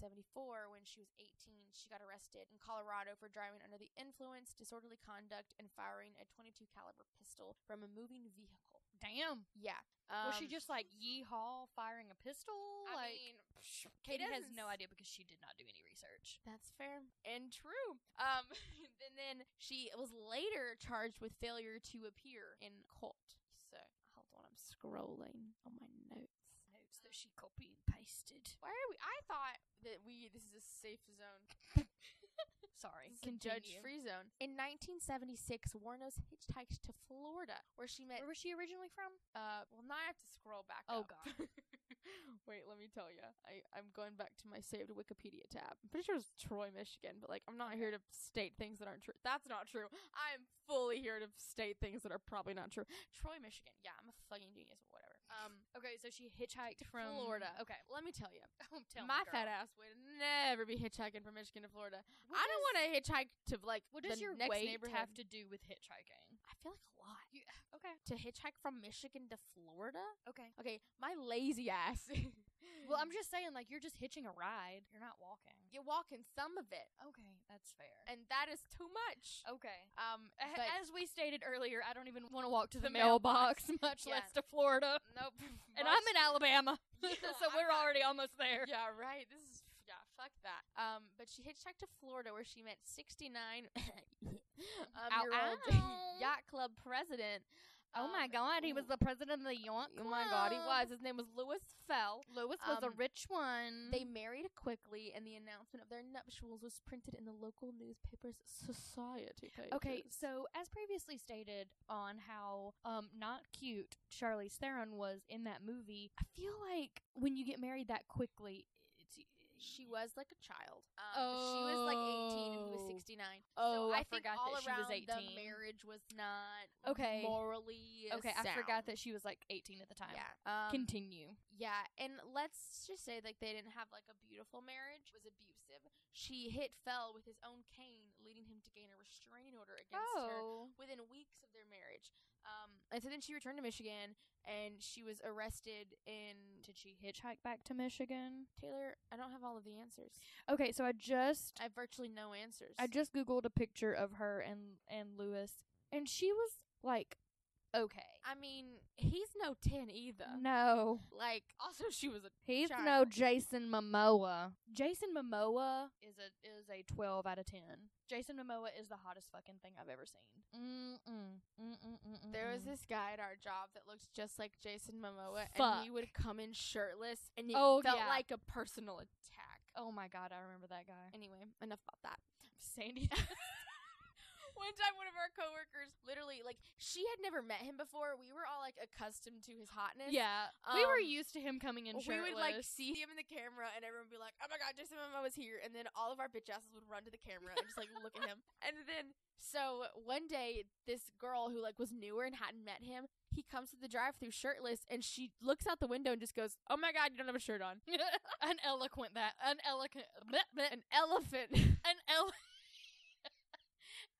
S1: when she was 18, she got arrested in Colorado for driving under the influence, disorderly conduct, and firing a 22 caliber pistol from a moving vehicle.
S2: Damn.
S1: Yeah.
S2: was she
S1: um,
S2: just like yeehaw firing a pistol?
S1: I
S2: like,
S1: mean, it
S2: Katie has
S1: doesn't
S2: no
S1: s-
S2: idea because she did not do any research.
S1: That's fair and true. Um, and then she was later charged with failure to appear in court. So hold on, I'm scrolling on my notes.
S2: Notes that she copied and pasted.
S1: Why are we? I thought that we this is a safe zone.
S2: Sorry.
S1: This is a Judge
S2: Continue.
S1: Free Zone. In 1976, Warnos hitchhiked to Florida, where she met.
S2: Where was she originally from?
S1: Uh, well, now I have to scroll back.
S2: Oh,
S1: up. Wait, let me tell you. I I'm going back to my saved Wikipedia tab. I'm pretty sure it's Troy, Michigan, but like I'm not here to state things that aren't true. That's not true. I'm fully here to state things that are probably not true. Troy, Michigan. Yeah, I'm a fucking genius. but Whatever. Um,
S2: Okay, so she hitchhiked from
S1: Florida.
S2: Okay,
S1: let me tell you.
S2: oh, tell
S1: my
S2: me, girl.
S1: fat ass would never be hitchhiking from Michigan to Florida. I
S2: What does-
S1: don't want to hitchhike to like
S2: What does
S1: the
S2: your
S1: next
S2: weight
S1: neighborhood.
S2: have to do with hitchhiking?
S1: I feel like a lot.
S2: Okay,
S1: to hitchhike from Michigan to Florida?
S2: okay.
S1: Okay, my lazy ass.
S2: Well, I'm just saying, like you're just hitching a ride. You're not walking.
S1: you're walking some of it,
S2: Okay, that's fair.
S1: and that is too much.
S2: okay.
S1: Um,
S2: A-
S1: but
S2: As we stated earlier, I don't even want to walk to the,
S1: The
S2: mailbox, much
S1: Yeah.
S2: less to Florida.
S1: nope.
S2: And I'm in Alabama,
S1: Yeah,
S2: so
S1: I'm
S2: we're
S1: not-
S2: already almost there.
S1: Yeah, right. This is yeah, fuck that. Um, but she hitchhiked to Florida where she met 69 um,
S2: Ow,
S1: year old
S2: ow.
S1: yacht club president. um,
S2: Oh God,
S1: he was
S2: the president of the yacht.
S1: Oh my god, he was. His name was Lewis Fell. Mm.
S2: Lewis
S1: was a
S2: rich one.
S1: They married quickly, and the announcement of their nuptials was printed in the local newspaper's society pages.
S2: Okay, so as previously stated on how um not cute Charlize Theron was in that movie, I feel like when you get married that quickly, it's
S1: she was like a child. Um, She was like 18 and he was
S2: Oh.
S1: 69. so
S2: Oh,
S1: I,
S2: I
S1: think
S2: forgot that
S1: all
S2: she was
S1: around
S2: 18.
S1: The marriage was not
S2: Okay.
S1: morally
S2: okay. I forgot that she was like 18 at the time.
S1: Yeah. Um,
S2: Continue.
S1: yeah, and let's just say like they didn't have like a beautiful marriage. It was abusive. She hit fell with his own cane, leading him to gain a restraining order against her
S2: Oh.
S1: within weeks of their marriage. Um, and so then she returned to Michigan, and she was arrested in
S2: Did she hitchhike back to Michigan?
S1: Taylor. I don't have all of the answers.
S2: Okay, so I just
S1: I have virtually no answers.
S2: I just googled a picture of her and and Lewis, and she was like, okay,
S1: I mean, he's no ten either.
S2: no,
S1: Like, also she was a
S2: He's no
S1: Child.
S2: Jason Momoa. Jason Momoa is a is a twelve out of ten. Jason Momoa is the hottest fucking thing I've ever seen. Mm-mm. Mm-mm.
S1: There was this guy at our job that looked just like Jason Momoa, and he
S2: Fuck.
S1: would come in shirtless, and it
S2: Oh,
S1: felt
S2: yeah.
S1: like a personal attack.
S2: Oh my god, I remember that guy.
S1: Anyway, enough about that.
S2: Sandy.
S1: One time, one of our coworkers, literally, like she had never met him before. We were all like accustomed to his hotness.
S2: yeah, we were
S1: Um,
S2: used to him coming in shirtless.
S1: We would like see him in the camera, and everyone would be like, "Oh my god, Jason Momoa's here!" And then all of our bitch asses would run to the camera and just like look at him. And then so one day, this girl who like was newer and hadn't met him, he comes to the drive-through shirtless, and she looks out the window and just goes, "Oh my god, you don't have a shirt on."
S2: an eloquent that an eloquent
S1: An elephant.
S2: an el-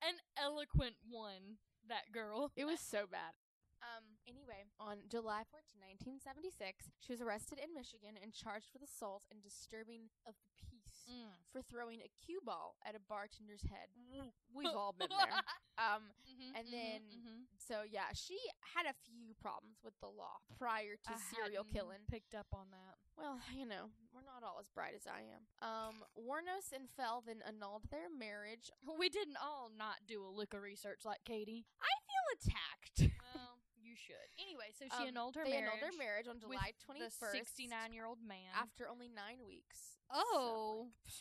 S2: an eloquent one. That girl.
S1: It was so bad. Um, anyway, on July 14, 1976, she was arrested in Michigan and charged with assault and disturbing of the peace
S2: Mm.
S1: for throwing a cue ball at a bartender's head. We've all been there. Um,
S2: Mhm,
S1: And
S2: mhm,
S1: then
S2: mhm.
S1: so yeah, she had a few problems with the law prior to
S2: I
S1: serial
S2: hadn't
S1: killing.
S2: Picked up on that.
S1: Well, you know, we're not all as bright as I am. Um, Warnos and Fell then annulled their marriage.
S2: We didn't all not do a lick of research like Katie.
S1: I feel attacked.
S2: Well, you should. Anyway, so
S1: Um,
S2: she annulled her
S1: they
S2: marriage.
S1: annulled their marriage on
S2: with
S1: July twenty
S2: the
S1: first,
S2: sixty-nine-year-old man.
S1: after only nine weeks. So,
S2: oh,
S1: like, psh,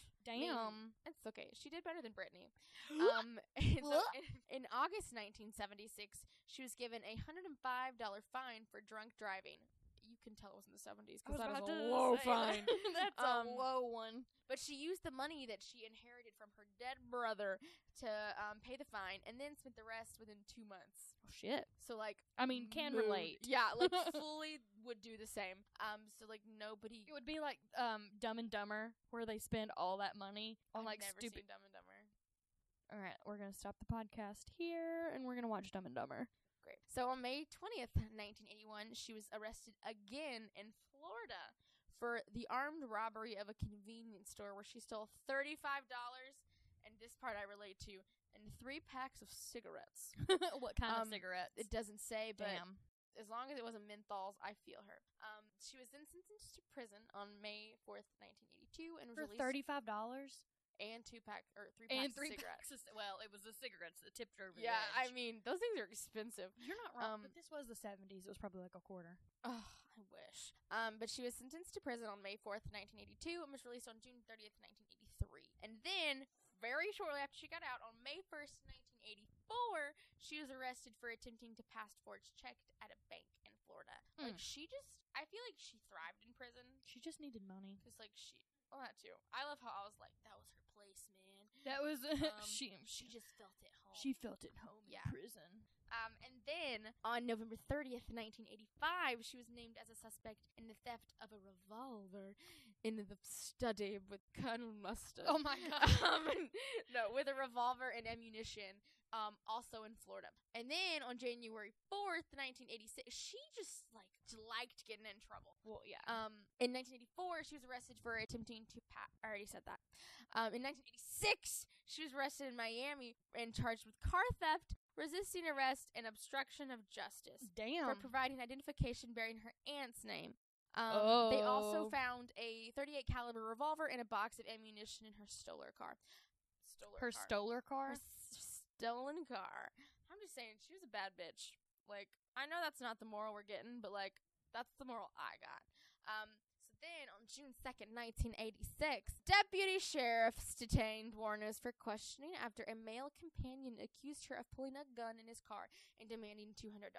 S2: damn! Um,
S1: it's okay. She did better than Brittany. Um, and so in, in August 1976, she was given a $105 fine for drunk driving. You can tell it was in the 70s because that was a low fine.
S2: That's
S1: Um,
S2: a low one.
S1: But she used the money that she inherited from her dead brother to um, pay the fine and then spent the rest within two months.
S2: Oh, shit.
S1: So, like,
S2: I mean, can
S1: mood-
S2: relate.
S1: Yeah, like, fully would do the same. Um, so, like, nobody.
S2: It would be like um, Dumb and Dumber, where they spend all that money on
S1: I've
S2: like
S1: never
S2: stupid.
S1: seen Dumb and Dumber.
S2: All right, we're gonna stop the podcast here, and we're gonna watch Dumb and Dumber.
S1: Great. So on May 20th, 1981, she was arrested again in Florida for the armed robbery of a convenience store where she stole $35 and this part I relate to and 3 packs of cigarettes.
S2: what kind
S1: Um,
S2: of cigarettes?
S1: It doesn't say, but
S2: Damn.
S1: as long as it wasn't menthols, I feel her. Um, she was then sentenced to prison on May 4th, 1982 and was
S2: For
S1: released
S2: thirty-five dollars.
S1: and 2 pack or 3 packs
S2: and three
S1: of cigarettes.
S2: packs of, ci- well, it was the cigarettes that tipped her over
S1: yeah,
S2: the
S1: I
S2: edge.
S1: mean, those things are expensive.
S2: you're not
S1: um,
S2: wrong, but this was the 70s. It was probably like a quarter.
S1: Oh, I wish. Um, but she was sentenced to prison on May 4th, 1982, and was released on June 30th, 1983. And then very shortly after she got out, on May 1st, 1984, she was arrested for attempting to pass forged checks at a bank in Florida.
S2: Hmm.
S1: Like, she just, I feel like she thrived in prison.
S2: She just needed money.
S1: Because, like, she, well, that too. I love how I was like, that was her place, man.
S2: That was
S1: Um,
S2: she.
S1: She just felt at home.
S2: She felt at home
S1: Yeah.
S2: in prison.
S1: Um, and then on November 30th, 1985, she was named as a suspect in the theft of a revolver in the study with Colonel Mustard.
S2: Oh my
S1: um, no, with a revolver and ammunition, um, also in Florida. And then on January 4th, 1986, she just like liked getting in trouble.
S2: Well, yeah.
S1: Um, in 1984, she was arrested for attempting to pa- I already said that. Um, in 1986, she was arrested in Miami and charged with car theft, resisting arrest, and obstruction of justice
S2: Damn.
S1: for providing identification bearing her aunt's name. Um, They also
S2: Oh.
S1: found a 38 caliber revolver and a box of ammunition in her stolen car. Stolen
S2: her
S1: car.
S2: stoler car.
S1: Her s- stolen car. I'm just saying, she was a bad bitch. Like, I know that's not the moral we're getting, but like, that's the moral I got. Um, so then on June 2nd, 1986, deputy sheriffs detained Warnes for questioning after a male companion accused her of pulling a gun in his car and demanding $200.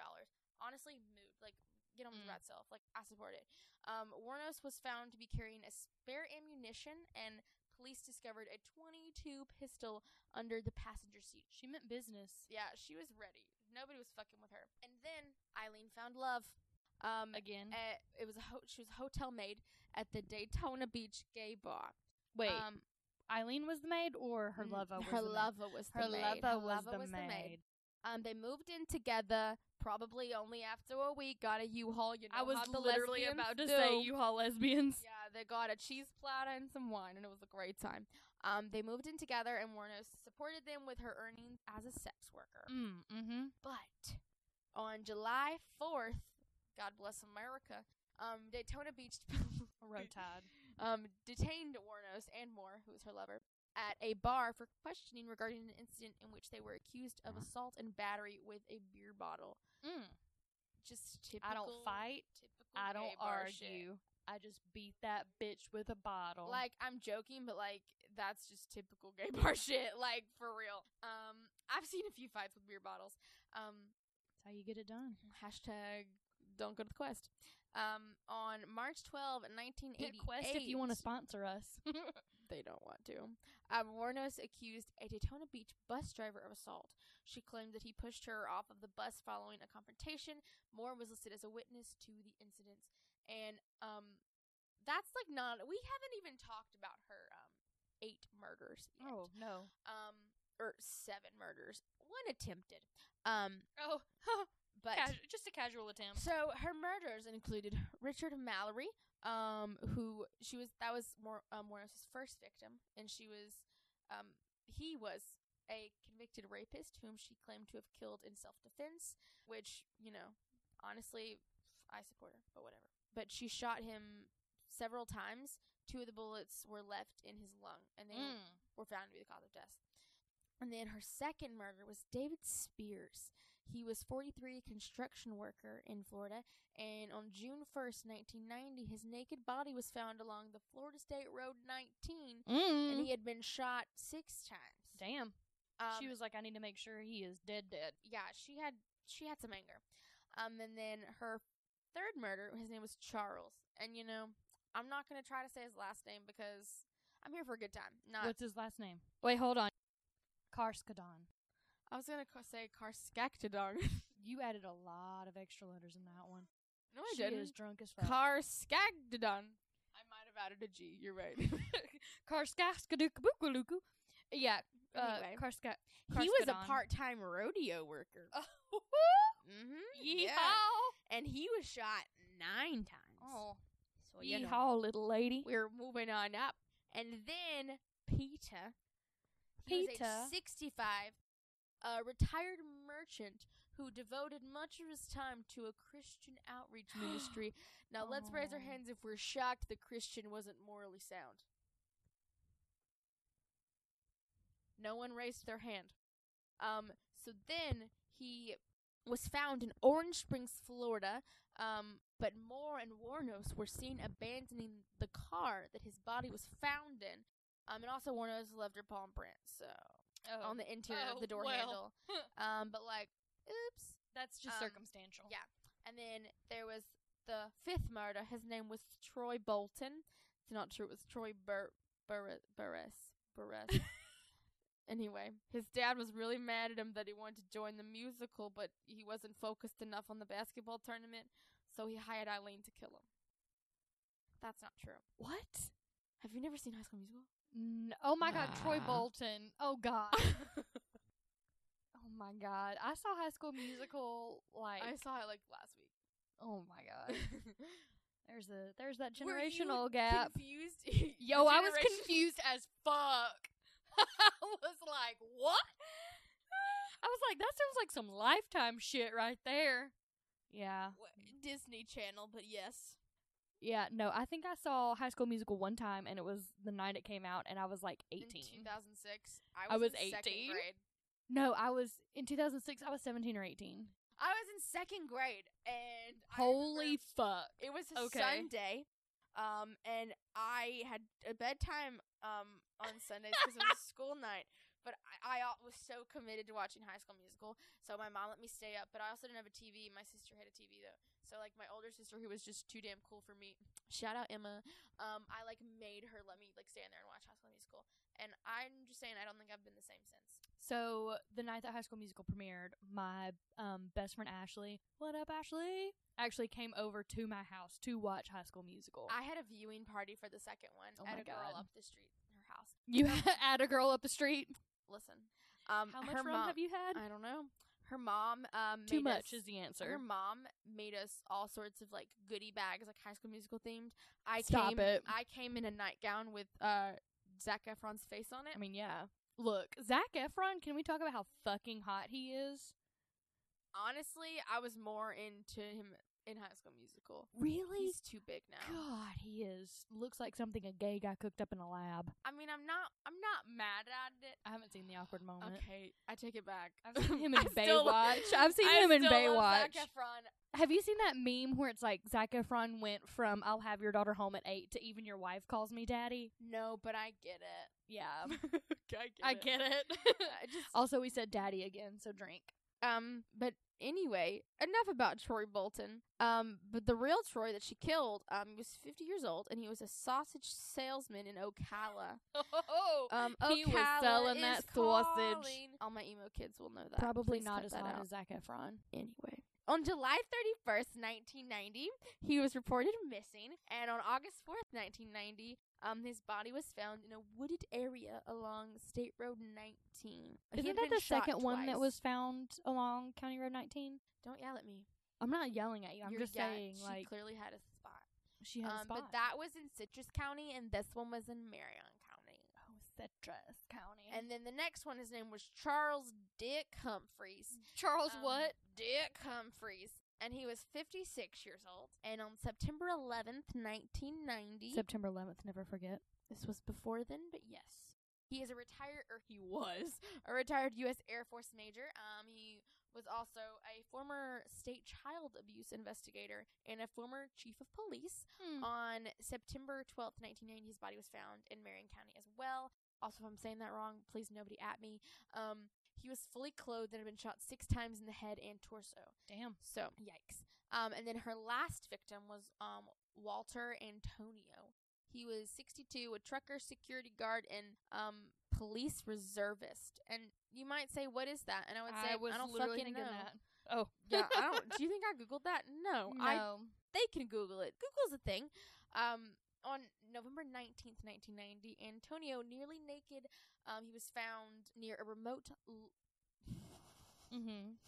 S1: Honestly, mood. Like, get on with
S2: Mm.
S1: that self. Like, I support it. Um, Warnos was found to be carrying a spare ammunition and police discovered a 22 pistol under the passenger seat.
S2: She meant business
S1: Yeah, she was ready. Nobody was fucking with her. And then Eileen found love. Um,
S2: again.
S1: uh, it was a ho- she was a hotel maid at the Daytona Beach gay bar.
S2: Wait,
S1: um, mm,
S2: Eileen was the maid, or Mm-hmm. her lover? Was
S1: her
S2: the maid?
S1: lover was the maid. Her
S2: Her lover was
S1: lover
S2: the maid.
S1: Um, they moved in together. Probably only after a week, got a U-Haul. You know
S2: I was
S1: how the
S2: literally
S1: lesbians
S2: about to
S1: do.
S2: say U-Haul lesbians.
S1: Yeah, they got a cheese platter and some wine, and it was a great time. Um, they moved in together, and Warnos supported them with her earnings as a sex worker.
S2: Mm, mm-hmm.
S1: But on July 4th, God bless America, um, Daytona Beach
S2: Rotad.
S1: um, detained Warnos and Moore, who was her lover, at a bar for questioning regarding an incident in which they were accused
S2: Uh-huh.
S1: of assault and battery with a beer bottle.
S2: Mm.
S1: Just typical.
S2: I don't fight.
S1: Typical
S2: I don't
S1: gay bar shit.
S2: argue. I just beat that bitch with a bottle.
S1: Like I'm joking, but like that's just typical gay bar shit. Like for real. Um, I've seen a few fights with beer bottles. Um,
S2: that's how you get it done.
S1: Hashtag don't go to the quest. Um, on March 12, 1988.
S2: Hit Quest if you want to sponsor us.
S1: They don't want to. Um, Warnos accused a Daytona Beach bus driver of assault. She claimed that he pushed her off of the bus following a confrontation. Moore was listed as a witness to the incidents. And, um, that's like not, we haven't even talked about her, um, eight murders yet.
S2: oh no.
S1: Um, or seven murders. One attempted. Um,
S2: Oh,
S1: but.
S2: just a casual attempt.
S1: So her murders included Richard Mallory, um, who she was that was Mor- um, Morris's first victim, and she was, um, he was a convicted rapist whom she claimed to have killed in self defense, which you know, honestly, I support her, but whatever. But she shot him several times. Two of the bullets were left in his lung, and they
S2: Mm.
S1: were found to be the cause of death. And then her second murder was David Spears. He was 43, a construction worker in Florida, and on June 1st, 1990, his naked body was found along the Florida State Road 19,
S2: Mm.
S1: and he had been shot six times.
S2: Damn.
S1: Um,
S2: she was like, I need to make sure he is dead, dead.
S1: yeah, she had she had some anger. Um, and then her third murder, his name was Charles, and you know, I'm not gonna try to say his last name because I'm here for a good time. Not
S2: What's his last name? Wait, hold on. Karskadon.
S1: I was gonna ca- say Karskakdadog.
S2: You added a lot of extra letters in that one.
S1: no,
S2: she is drunk as fuck.
S1: Karskakdadon. I might have added a G. You're right.
S2: Karskaskadukabukaluku. Yeah. Uh,
S1: Anyway.
S2: Karska.
S1: he was a
S2: Karskadon.
S1: part-time rodeo worker. Oh. mm-hmm. and he was shot nine times.
S2: Oh.
S1: so you know.
S2: Yeehaw, little lady.
S1: we're moving on up. And then Peter, he was
S2: Peter.
S1: age 65, a retired merchant who devoted much of his time to a Christian outreach ministry. Now let's raise our
S2: Oh.
S1: hands if we're shocked the Christian wasn't morally sound. No one raised their hand. Um, so then he was found in Orange Springs, Florida. Um, but Moore and Warnos were seen abandoning the car that his body was found in. Um, and also Warner Bros. loved her palm print, so
S2: Oh,
S1: on the interior
S2: Oh,
S1: of the door
S2: well.
S1: handle. um, but like, oops.
S2: that's just
S1: um,
S2: circumstantial.
S1: yeah. And then there was the fifth murder. His name was Troy Bolton. It's not true. It was Troy Bur- Burr- Burress. Burress. anyway, his dad was really mad at him that he wanted to join the musical, but he wasn't focused enough on the basketball tournament, so he hired Eileen to kill him. That's not true.
S2: What?
S1: Have you never seen High School Musical?
S2: N- oh my god, Troy
S3: Nah.
S2: Bolton. Oh god. oh my god. I saw High School Musical like
S1: I saw it like last week.
S2: Oh my god. There's a there's that
S1: Were you
S2: generational gap.
S1: Confused.
S2: Yo, I was
S1: Generation-
S2: confused as fuck. I was like, what? I was like, that sounds like some lifetime shit right there. Yeah.
S1: Wh- Disney Channel, but yes.
S2: Yeah, no, I think I saw High School Musical one time and it was the night it came out and I was like
S1: In
S2: 18.
S1: 2006,
S2: I
S1: I was,
S2: was
S1: in second
S2: 18?
S1: grade.
S2: No, I was in 2006, I was 17 or 18.
S1: I was in second grade, and I
S2: Holy
S1: remember
S2: fuck.
S1: it was a
S2: okay.
S1: Sunday, um, and I had a bedtime um on Sundays because it was a school night. But I, I al- was so committed to watching High School Musical, so my mom let me stay up. But I also didn't have a TV. My sister had a TV though, so like my older sister, who was just too damn cool for me. Shout out Emma. Um, I like made her let me like stay in there and watch High School Musical. And I'm just saying, I don't think I've been the same since.
S2: So, the night that High School Musical premiered, my um, best friend Ashley, what up, Ashley? Actually came over to my house to watch High School Musical.
S1: I had a viewing party for the second one
S2: Oh
S1: at
S2: my
S1: a girl
S2: God.
S1: up the street in her house.
S2: you had a girl up the street.
S1: Listen, um,
S2: How much
S1: her
S2: rum
S1: mom,
S2: have you had?
S1: I don't know. Her mom, um,
S2: Too
S1: made
S2: much
S1: us-
S2: is the answer.
S1: her mom made us all sorts of like goodie bags, like High School Musical themed. I
S2: Stop
S1: came,
S2: it.
S1: I came in a nightgown with uh Zac Efron's face on it.
S2: I mean, yeah. Look, Zach Efron, can we talk about how fucking hot he is?
S1: Honestly, I was more into him in High School Musical.
S2: Really?
S1: He's too big now.
S2: God, he is looks like something a gay guy cooked up in a lab.
S1: I mean, I'm not, I'm not mad at it.
S2: I haven't seen the awkward moment.
S1: Okay, I take it back.
S2: I've seen him in
S1: I still-
S2: Baywatch. I've seen
S1: I
S2: him in
S1: still love Zac
S2: Baywatch.
S1: Efron.
S2: Have you seen that meme where it's like Zac Efron went from "I'll have your daughter home at eight to "Even your wife calls me daddy"?
S1: No, but I get it. Um,
S2: Yeah,
S1: I get
S2: I
S1: it.
S2: get it.
S1: I just,
S2: also, we said daddy again, so drink.
S1: um, but anyway, enough about Troy Bolton. Um, but the real Troy that she killed, um, he was 50 years old, and he was a sausage salesman in Ocala.
S2: Oh,
S1: Um,
S2: He was
S1: Ocala
S2: selling that
S1: is
S2: sausage.
S1: calling. All my emo kids will know that.
S2: probably
S1: Please
S2: not
S1: cut
S2: as
S1: that
S2: hot
S1: out.
S2: as Zac Efron.
S1: Anyway. On July 31st, 1990, he was reported missing, and on August 4th, 1990, um, his body was found in a wooded area along State Road 19. He had
S2: Isn't that
S1: been
S2: the
S1: shot
S2: second one that
S1: twice.
S2: was found along County Road 19?
S1: Don't yell at me.
S2: I'm not yelling at you. I'm
S1: You're-
S2: just
S1: yeah,
S2: saying,
S1: she
S2: like
S1: clearly had a spot.
S2: she has
S1: um,
S2: a spot.
S1: But that was in Citrus County, and this one was in Marion County.
S2: Oh, Citrus County.
S1: And then the next one, his name was Charles Dick Humphreys.
S2: Charles
S1: Um, Dick Humphreys, and he was 56 years old. And on September 11th, 1990,
S2: September 11th, never forget.
S1: this was before then, but yes, he is a retired, or he was a retired U.S. Air Force major. Um, he was also a former state child abuse investigator and a former chief of police.
S2: Hmm. Oh,
S1: On September 12th, 1990, his body was found in Marion County as well. Also, if I'm saying that wrong, please nobody at me. Um, he was fully clothed and had been shot six times in the head and torso.
S2: Damn.
S1: So, yikes. Um, and then her last victim was um, Walter Antonio. He was 62, a trucker, security guard, and um, police reservist. And you might say, what is that? And I would say, I, don't fucking know.
S2: Oh,
S1: yeah, I don't. Do you think I googled that? No, I they can Google it. Google's a thing. Um, on November 19th, 1990, Antonio, nearly naked, um, he was found near a remote. L-
S2: mm-hmm.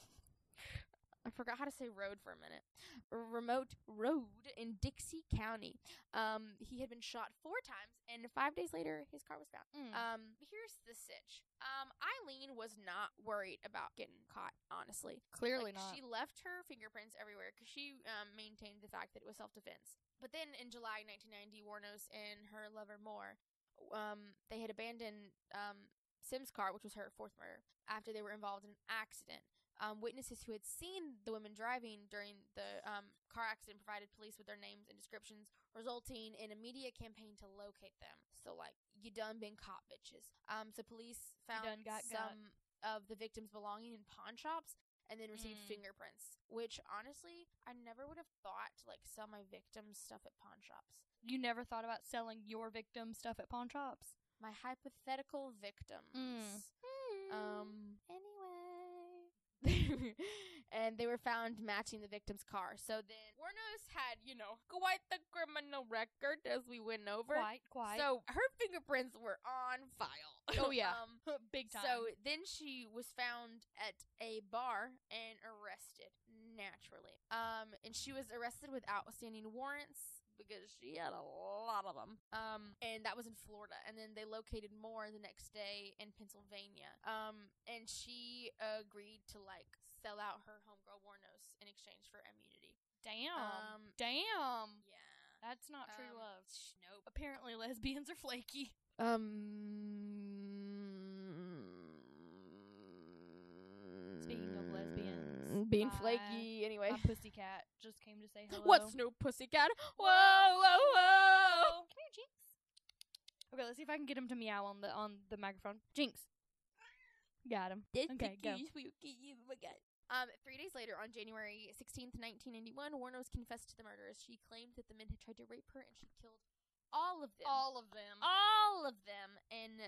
S1: I forgot how to say road for a minute. A remote road in Dixie County. Um, he had been shot four times, and five days later, his car was found.
S2: Hmm. Uh,
S1: Um, here's the sitch. Um, Eileen was not worried about getting caught, honestly.
S2: Clearly
S1: Like, She left her fingerprints everywhere because she um, maintained the fact that it was self defense. But then in July 1990, Warnos and her lover Moore, um, they had abandoned um, Sim's car, which was her fourth murder, after they were involved in an accident. Um, witnesses who had seen the women driving during the um, car accident provided police with their names and descriptions, resulting in a media campaign to locate them. So, like, you done been caught, bitches. Um, so police found
S2: done got got.
S1: some of the victims' belonging in pawn shops and then received
S2: Mm.
S1: fingerprints, which honestly, I never would have thought to like sell my victims' stuff at pawn shops.
S2: You never thought about selling your victim stuff at pawn shops.
S1: My hypothetical
S2: Mm.
S1: victims. Um.
S2: Mm.
S1: Anyway. and they were found matching the victim's car. So then Warnos had, you know, quite the criminal record as we went over.
S2: quite, quite.
S1: So her fingerprints were on file.
S2: Oh, yeah.
S1: um,
S2: big time.
S1: So then she was found at a bar and arrested naturally. Um, and she was arrested with outstanding warrants because she had a lot of them. Um, and that was in Florida. And then they located more the next day in Pennsylvania. Um, and she agreed to like sell out her homegirl Warnos in exchange for immunity.
S2: damn,
S1: Um,
S2: damn.
S1: yeah.
S2: That's not true
S1: um,
S2: love. Nope. Apparently, lesbians are flaky.
S1: Um.
S2: Speaking of lesbians,
S1: mm, being
S2: I-
S1: flaky. Anyway,
S2: My pussycat just came to say hello.
S1: what's
S2: Come
S1: new, pussycat? Whoa, whoa, whoa!
S2: here, Jinx. Okay, let's see if I can get him to meow on the on the microphone. Jinx. Got him. Okay, go.
S1: Um, three days later, on January 16th, 1991, Warnos confessed to the murders. She claimed that the men had tried to rape her, and she killed all of them.
S2: of them.
S1: Mm-hmm. all of them in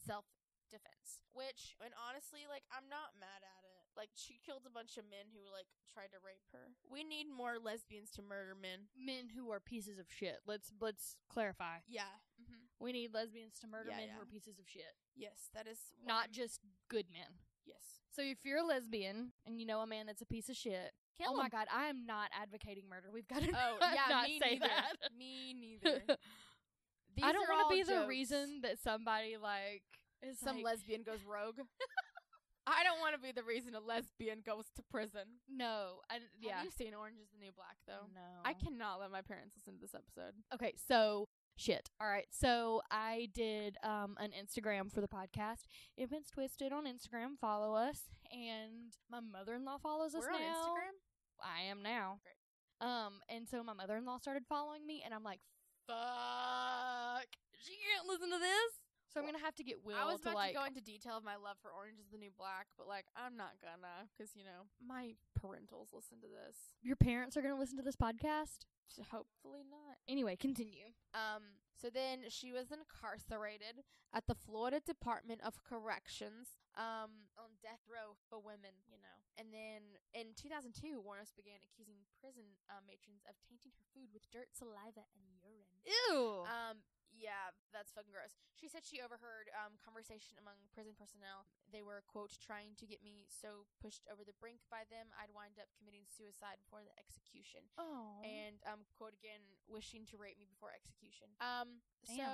S1: self defense. Which, and honestly, like, I'm not mad at it. Like, she killed a bunch of men who, like, tried to rape her. We need more lesbians to murder men.
S2: men who are pieces of shit. Let's let's clarify.
S1: Yeah. Mm-hmm.
S2: We need lesbians to murder
S1: Yeah,
S2: men
S1: yeah.
S2: who are pieces of shit,
S1: Yes, that is. what
S2: not
S1: I'm-
S2: just good men.
S1: Yes.
S2: So if you're a lesbian and you know a man that's a piece of shit,
S1: Kill
S2: oh my
S1: 'em.
S2: god, I am not advocating murder. We've got to
S1: Oh,
S2: not,
S1: yeah,
S2: not
S1: me
S2: say
S1: neither.
S2: that.
S1: Me neither. These
S2: I don't
S1: are
S2: want
S1: all
S2: to be the
S1: jokes.
S2: reason that somebody like is
S1: some
S2: like,
S1: lesbian goes rogue. I don't want to be the reason a lesbian goes to prison.
S2: No, I, yeah,
S1: Have you seen Orange is the New Black, though?
S2: no.
S1: I cannot let my parents listen to this episode.
S2: Okay, so shit. All right, so I did um an Instagram for the podcast. Events Twisted on Instagram. Follow us, and my mother-in-law follows us
S1: We're
S2: now.
S1: on Instagram?
S2: I am now.
S1: Great.
S2: Um, and so my mother in law started following me, and I'm like, fuck, she can't listen to this. So I'm
S1: Well,
S2: gonna have to get Will
S1: I was
S2: to
S1: about
S2: like.
S1: to go into detail of my love for Orange is the New Black, but like I'm not gonna because you know my parentals listen to this.
S2: your parents are gonna listen to this podcast.
S1: So hopefully not.
S2: Anyway, continue.
S1: Um. So then she was incarcerated at the Florida Department of Corrections, um, on death row for women, you know. And then in 2002, Warnos began accusing prison uh, matrons of tainting her food with dirt, saliva, and urine.
S2: Ew.
S1: Um, yeah, that's fucking gross. She said she overheard um, conversation among prison personnel. They were, quote, trying to get me so pushed over the brink by them, I'd wind up committing suicide before the execution.
S2: oh.
S1: And, um, quote again, wishing to rape me before execution. Um,
S2: Damn.
S1: so,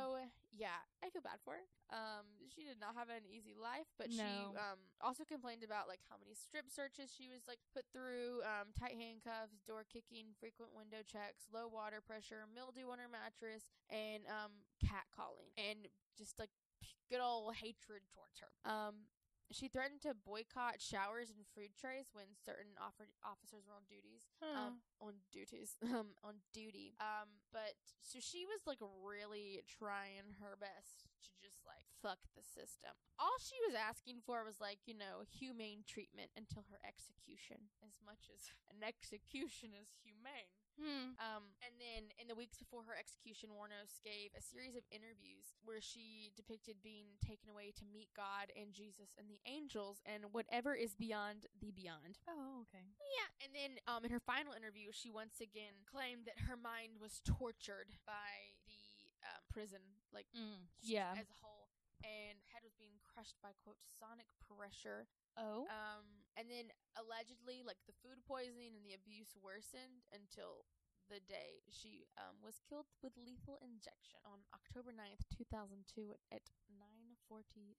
S1: yeah, I feel bad for her. Um, she did not have an easy life, but she,
S2: No.
S1: um, also complained about, like, how many strip searches she was, like, put through, um, tight handcuffs, door kicking, frequent window checks, low water pressure, mildew on her mattress, and um catcalling and just like p- good old hatred towards her. Um she threatened to boycott showers and food trays when certain offer- officers were on duties. Um, on duties, um, on duty. Um, but so she was like really trying her best to just like fuck the system. All she was asking for was like you know humane treatment until her execution, as much as an execution is humane.
S2: hmm.
S1: Um, and then in the weeks before her execution, Warnos gave a series of interviews where she depicted being taken away to meet God and Jesus and the angels and whatever is beyond the beyond.
S2: Oh, okay.
S1: Yeah. And then um, in her final interview, she once again claimed that her mind was tortured by the uh, prison, like
S2: Mm.
S1: just
S2: Yeah.
S1: as a whole, and head was being crushed by quote sonic pressure
S2: oh.
S1: um, and then allegedly, like the food poisoning and the abuse worsened until the day she um, was killed with lethal injection on October 9th, 2002 at 9:47.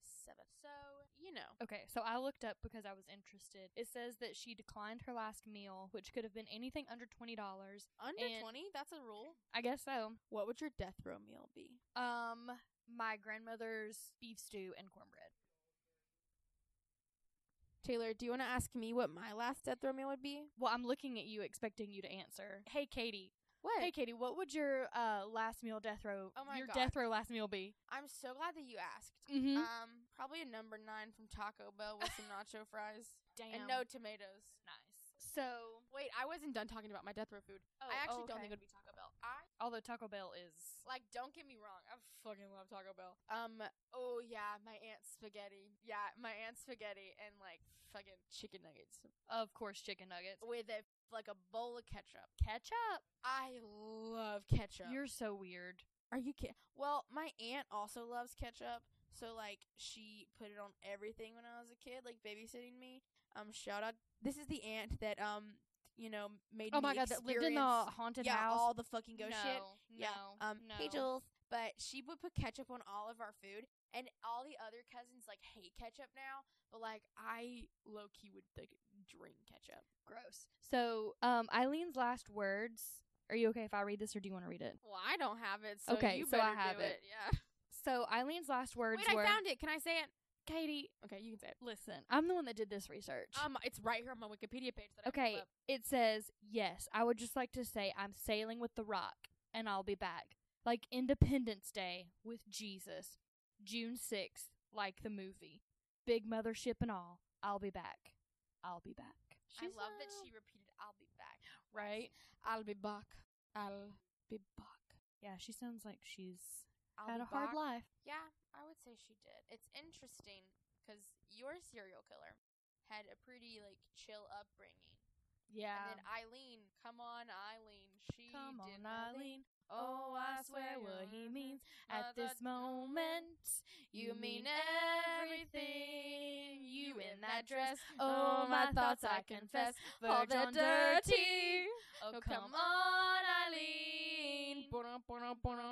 S1: So, you know.
S2: Okay, so I looked up because I was interested. It says that she declined her last meal, which could have been anything under twenty dollars.
S1: Under
S2: And-
S1: 20, that's a rule.
S2: I guess so.
S1: What would your death row meal be?
S2: Um, my grandmother's beef stew and cornbread.
S1: Taylor, do you want to ask me what my last death row meal would be?
S2: Well, I'm looking at you expecting you to answer. Hey, Katie.
S1: What?
S2: Hey, Katie, what would your uh, last meal death row,
S1: Oh my
S2: your
S1: God.
S2: death row last meal be?
S1: I'm so glad that you asked.
S2: Mm-hmm.
S1: Um, probably a number nine from Taco Bell with some nacho fries
S2: Damn.
S1: and no tomatoes.
S2: nice. So,
S1: Wait, I wasn't done talking about my death row food.
S2: oh,
S1: I actually
S2: oh,
S1: don't
S2: okay.
S1: think it would be Taco Bell. I
S2: Although Taco Bell is.
S1: like, don't get me wrong, I fucking love Taco Bell. Um, oh yeah, my aunt's spaghetti. Yeah, my aunt's spaghetti and like fucking chicken nuggets
S2: Of course, chicken nuggets.
S1: with a like a bowl of ketchup.
S2: Ketchup.
S1: I love ketchup.
S2: You're so weird.
S1: Are you kidding? Well, my aunt also loves ketchup, so like she put it on everything when I was a kid, like babysitting me. Um, shout out. This is the aunt that um, you know, made.
S2: Oh
S1: me
S2: my god, that lived in the
S1: experience-
S2: haunted
S1: yeah,
S2: house.
S1: all the fucking ghost
S2: no,
S1: shit.
S2: No,
S1: Yeah. Um,
S2: no.
S1: hey Jules, but she would put ketchup on all of our food, and all the other cousins like hate ketchup now, but like I low key would like drink ketchup.
S2: Gross. So, um, Eileen's last words. Are you okay if I read this, or do you want to read it?
S1: Well, I don't have it,
S2: so Okay, you so I better do have it.
S1: it. Yeah.
S2: So, Eileen's last words
S1: Wait,
S2: were,
S1: I found it. Can I say it?
S2: Katie,
S1: Okay, you can say it.
S2: listen, I'm the one that did this research.
S1: Um, it's right here on my Wikipedia page. That I pulled
S2: okay,
S1: up.
S2: it says, yes, I would just like to say I'm sailing with the rock, and I'll be back. Like Independence Day with Jesus. June 6th, like the movie. Big mothership and all. I'll be back. I'll be back.
S1: I love that
S2: out.
S1: she repeated, "I'll be back."
S2: Right?
S1: I'll be back. I'll be back.
S2: Yeah, she sounds like she's
S1: I'll
S2: had
S1: be
S2: a hard
S1: back.
S2: life.
S1: Yeah, I would say she did. It's interesting because your serial killer had a pretty like chill upbringing,
S2: Yeah.
S1: and then Eileen, come on, Eileen, she
S2: Come
S1: did
S2: on,
S1: nothing.
S2: Eileen. Oh, I swear what he means at
S1: Mother-
S2: this moment. You mean everything. You in that dress. Oh, my thoughts I confess.
S1: All
S2: Verge
S1: the
S2: on dirty.
S1: dirty.
S2: Oh,
S1: Oh,
S2: come
S1: come
S2: on,
S1: Eileen.
S2: Eileen.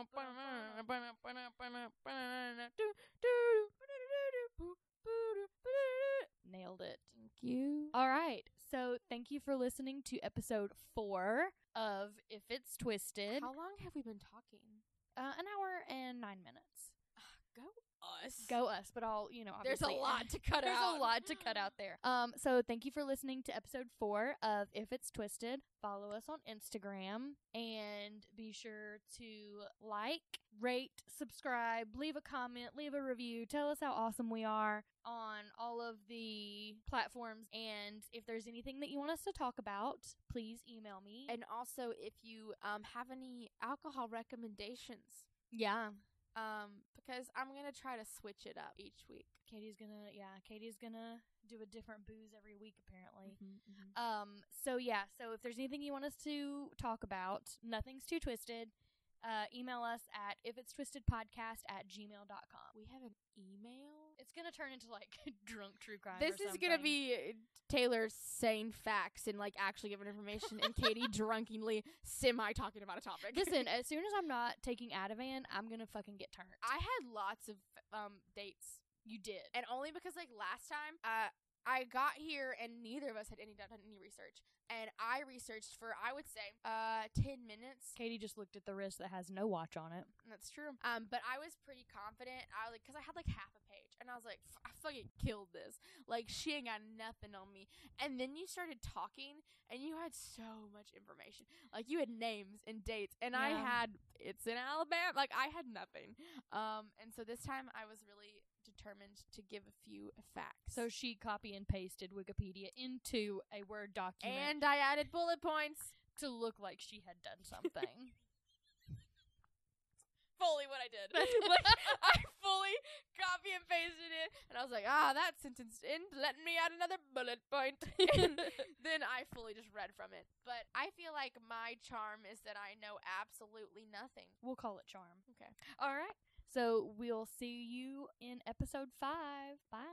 S2: Nailed it.
S1: Thank you.
S2: All right. So, thank you for listening to episode four of If It's Twisted.
S1: How long have we been talking?
S2: Uh, an hour and nine minutes.
S1: Go us.
S2: Go us, but I'll, you know,
S1: There's a
S2: obviously-
S1: lot to cut
S2: There's
S1: out.
S2: a lot to cut out there. Um, so thank you for listening to episode four of If It's Twisted. Follow us on Instagram and be sure to like, rate, subscribe, leave a comment, leave a review, tell us how awesome we are on all of the platforms. And if there's anything that you want us to talk about, please email me.
S1: And also, if you um, have any alcohol recommendations,
S2: yeah,
S1: um, because I'm gonna try to switch it up each week.
S2: Katie's gonna yeah, Katie's gonna do a different booze every week apparently. Um, so yeah, so if there's anything you want us to talk about, nothing's too twisted, uh, email us at if it's twisted podcast at gmail.com.
S1: We have an email.
S2: It's gonna turn into like drunk true crime.
S1: This
S2: or
S1: is gonna
S2: something.
S1: be uh, Taylor saying facts and like actually giving information, and Katie drunkenly semi talking about a topic.
S2: Listen, as soon as I'm not taking Ativan, I'm gonna fucking get turned.
S1: I had lots of um dates,
S2: you did.
S1: and only because like last time, uh, I got here and neither of us had any done any research, and I researched for I would say uh ten minutes.
S2: Katie just looked at the wrist that has no watch on it.
S1: That's true. Um, but I was pretty confident. I was like, cause I had like half a page, and I was like, "F- I fucking killed this. Like she ain't got nothing on me. And then you started talking, and you had so much information. Like you had names and dates, and I
S2: Yeah.
S1: had it's in Alabama. Like I had nothing. Um, and so this time I was really determined to give a few facts.
S2: So she copy and pasted Wikipedia into a Word document
S1: and I added bullet points.
S2: to look like she had done something.
S1: fully what I did. like, I fully copy and pasted it, and I was like, ah, that sentence in. Let me add another bullet point. And then I fully just read from it. But I feel like my charm is that I know absolutely nothing.
S2: we'll call it charm.
S1: Okay.
S2: All right. So we'll see you in episode five. Bye.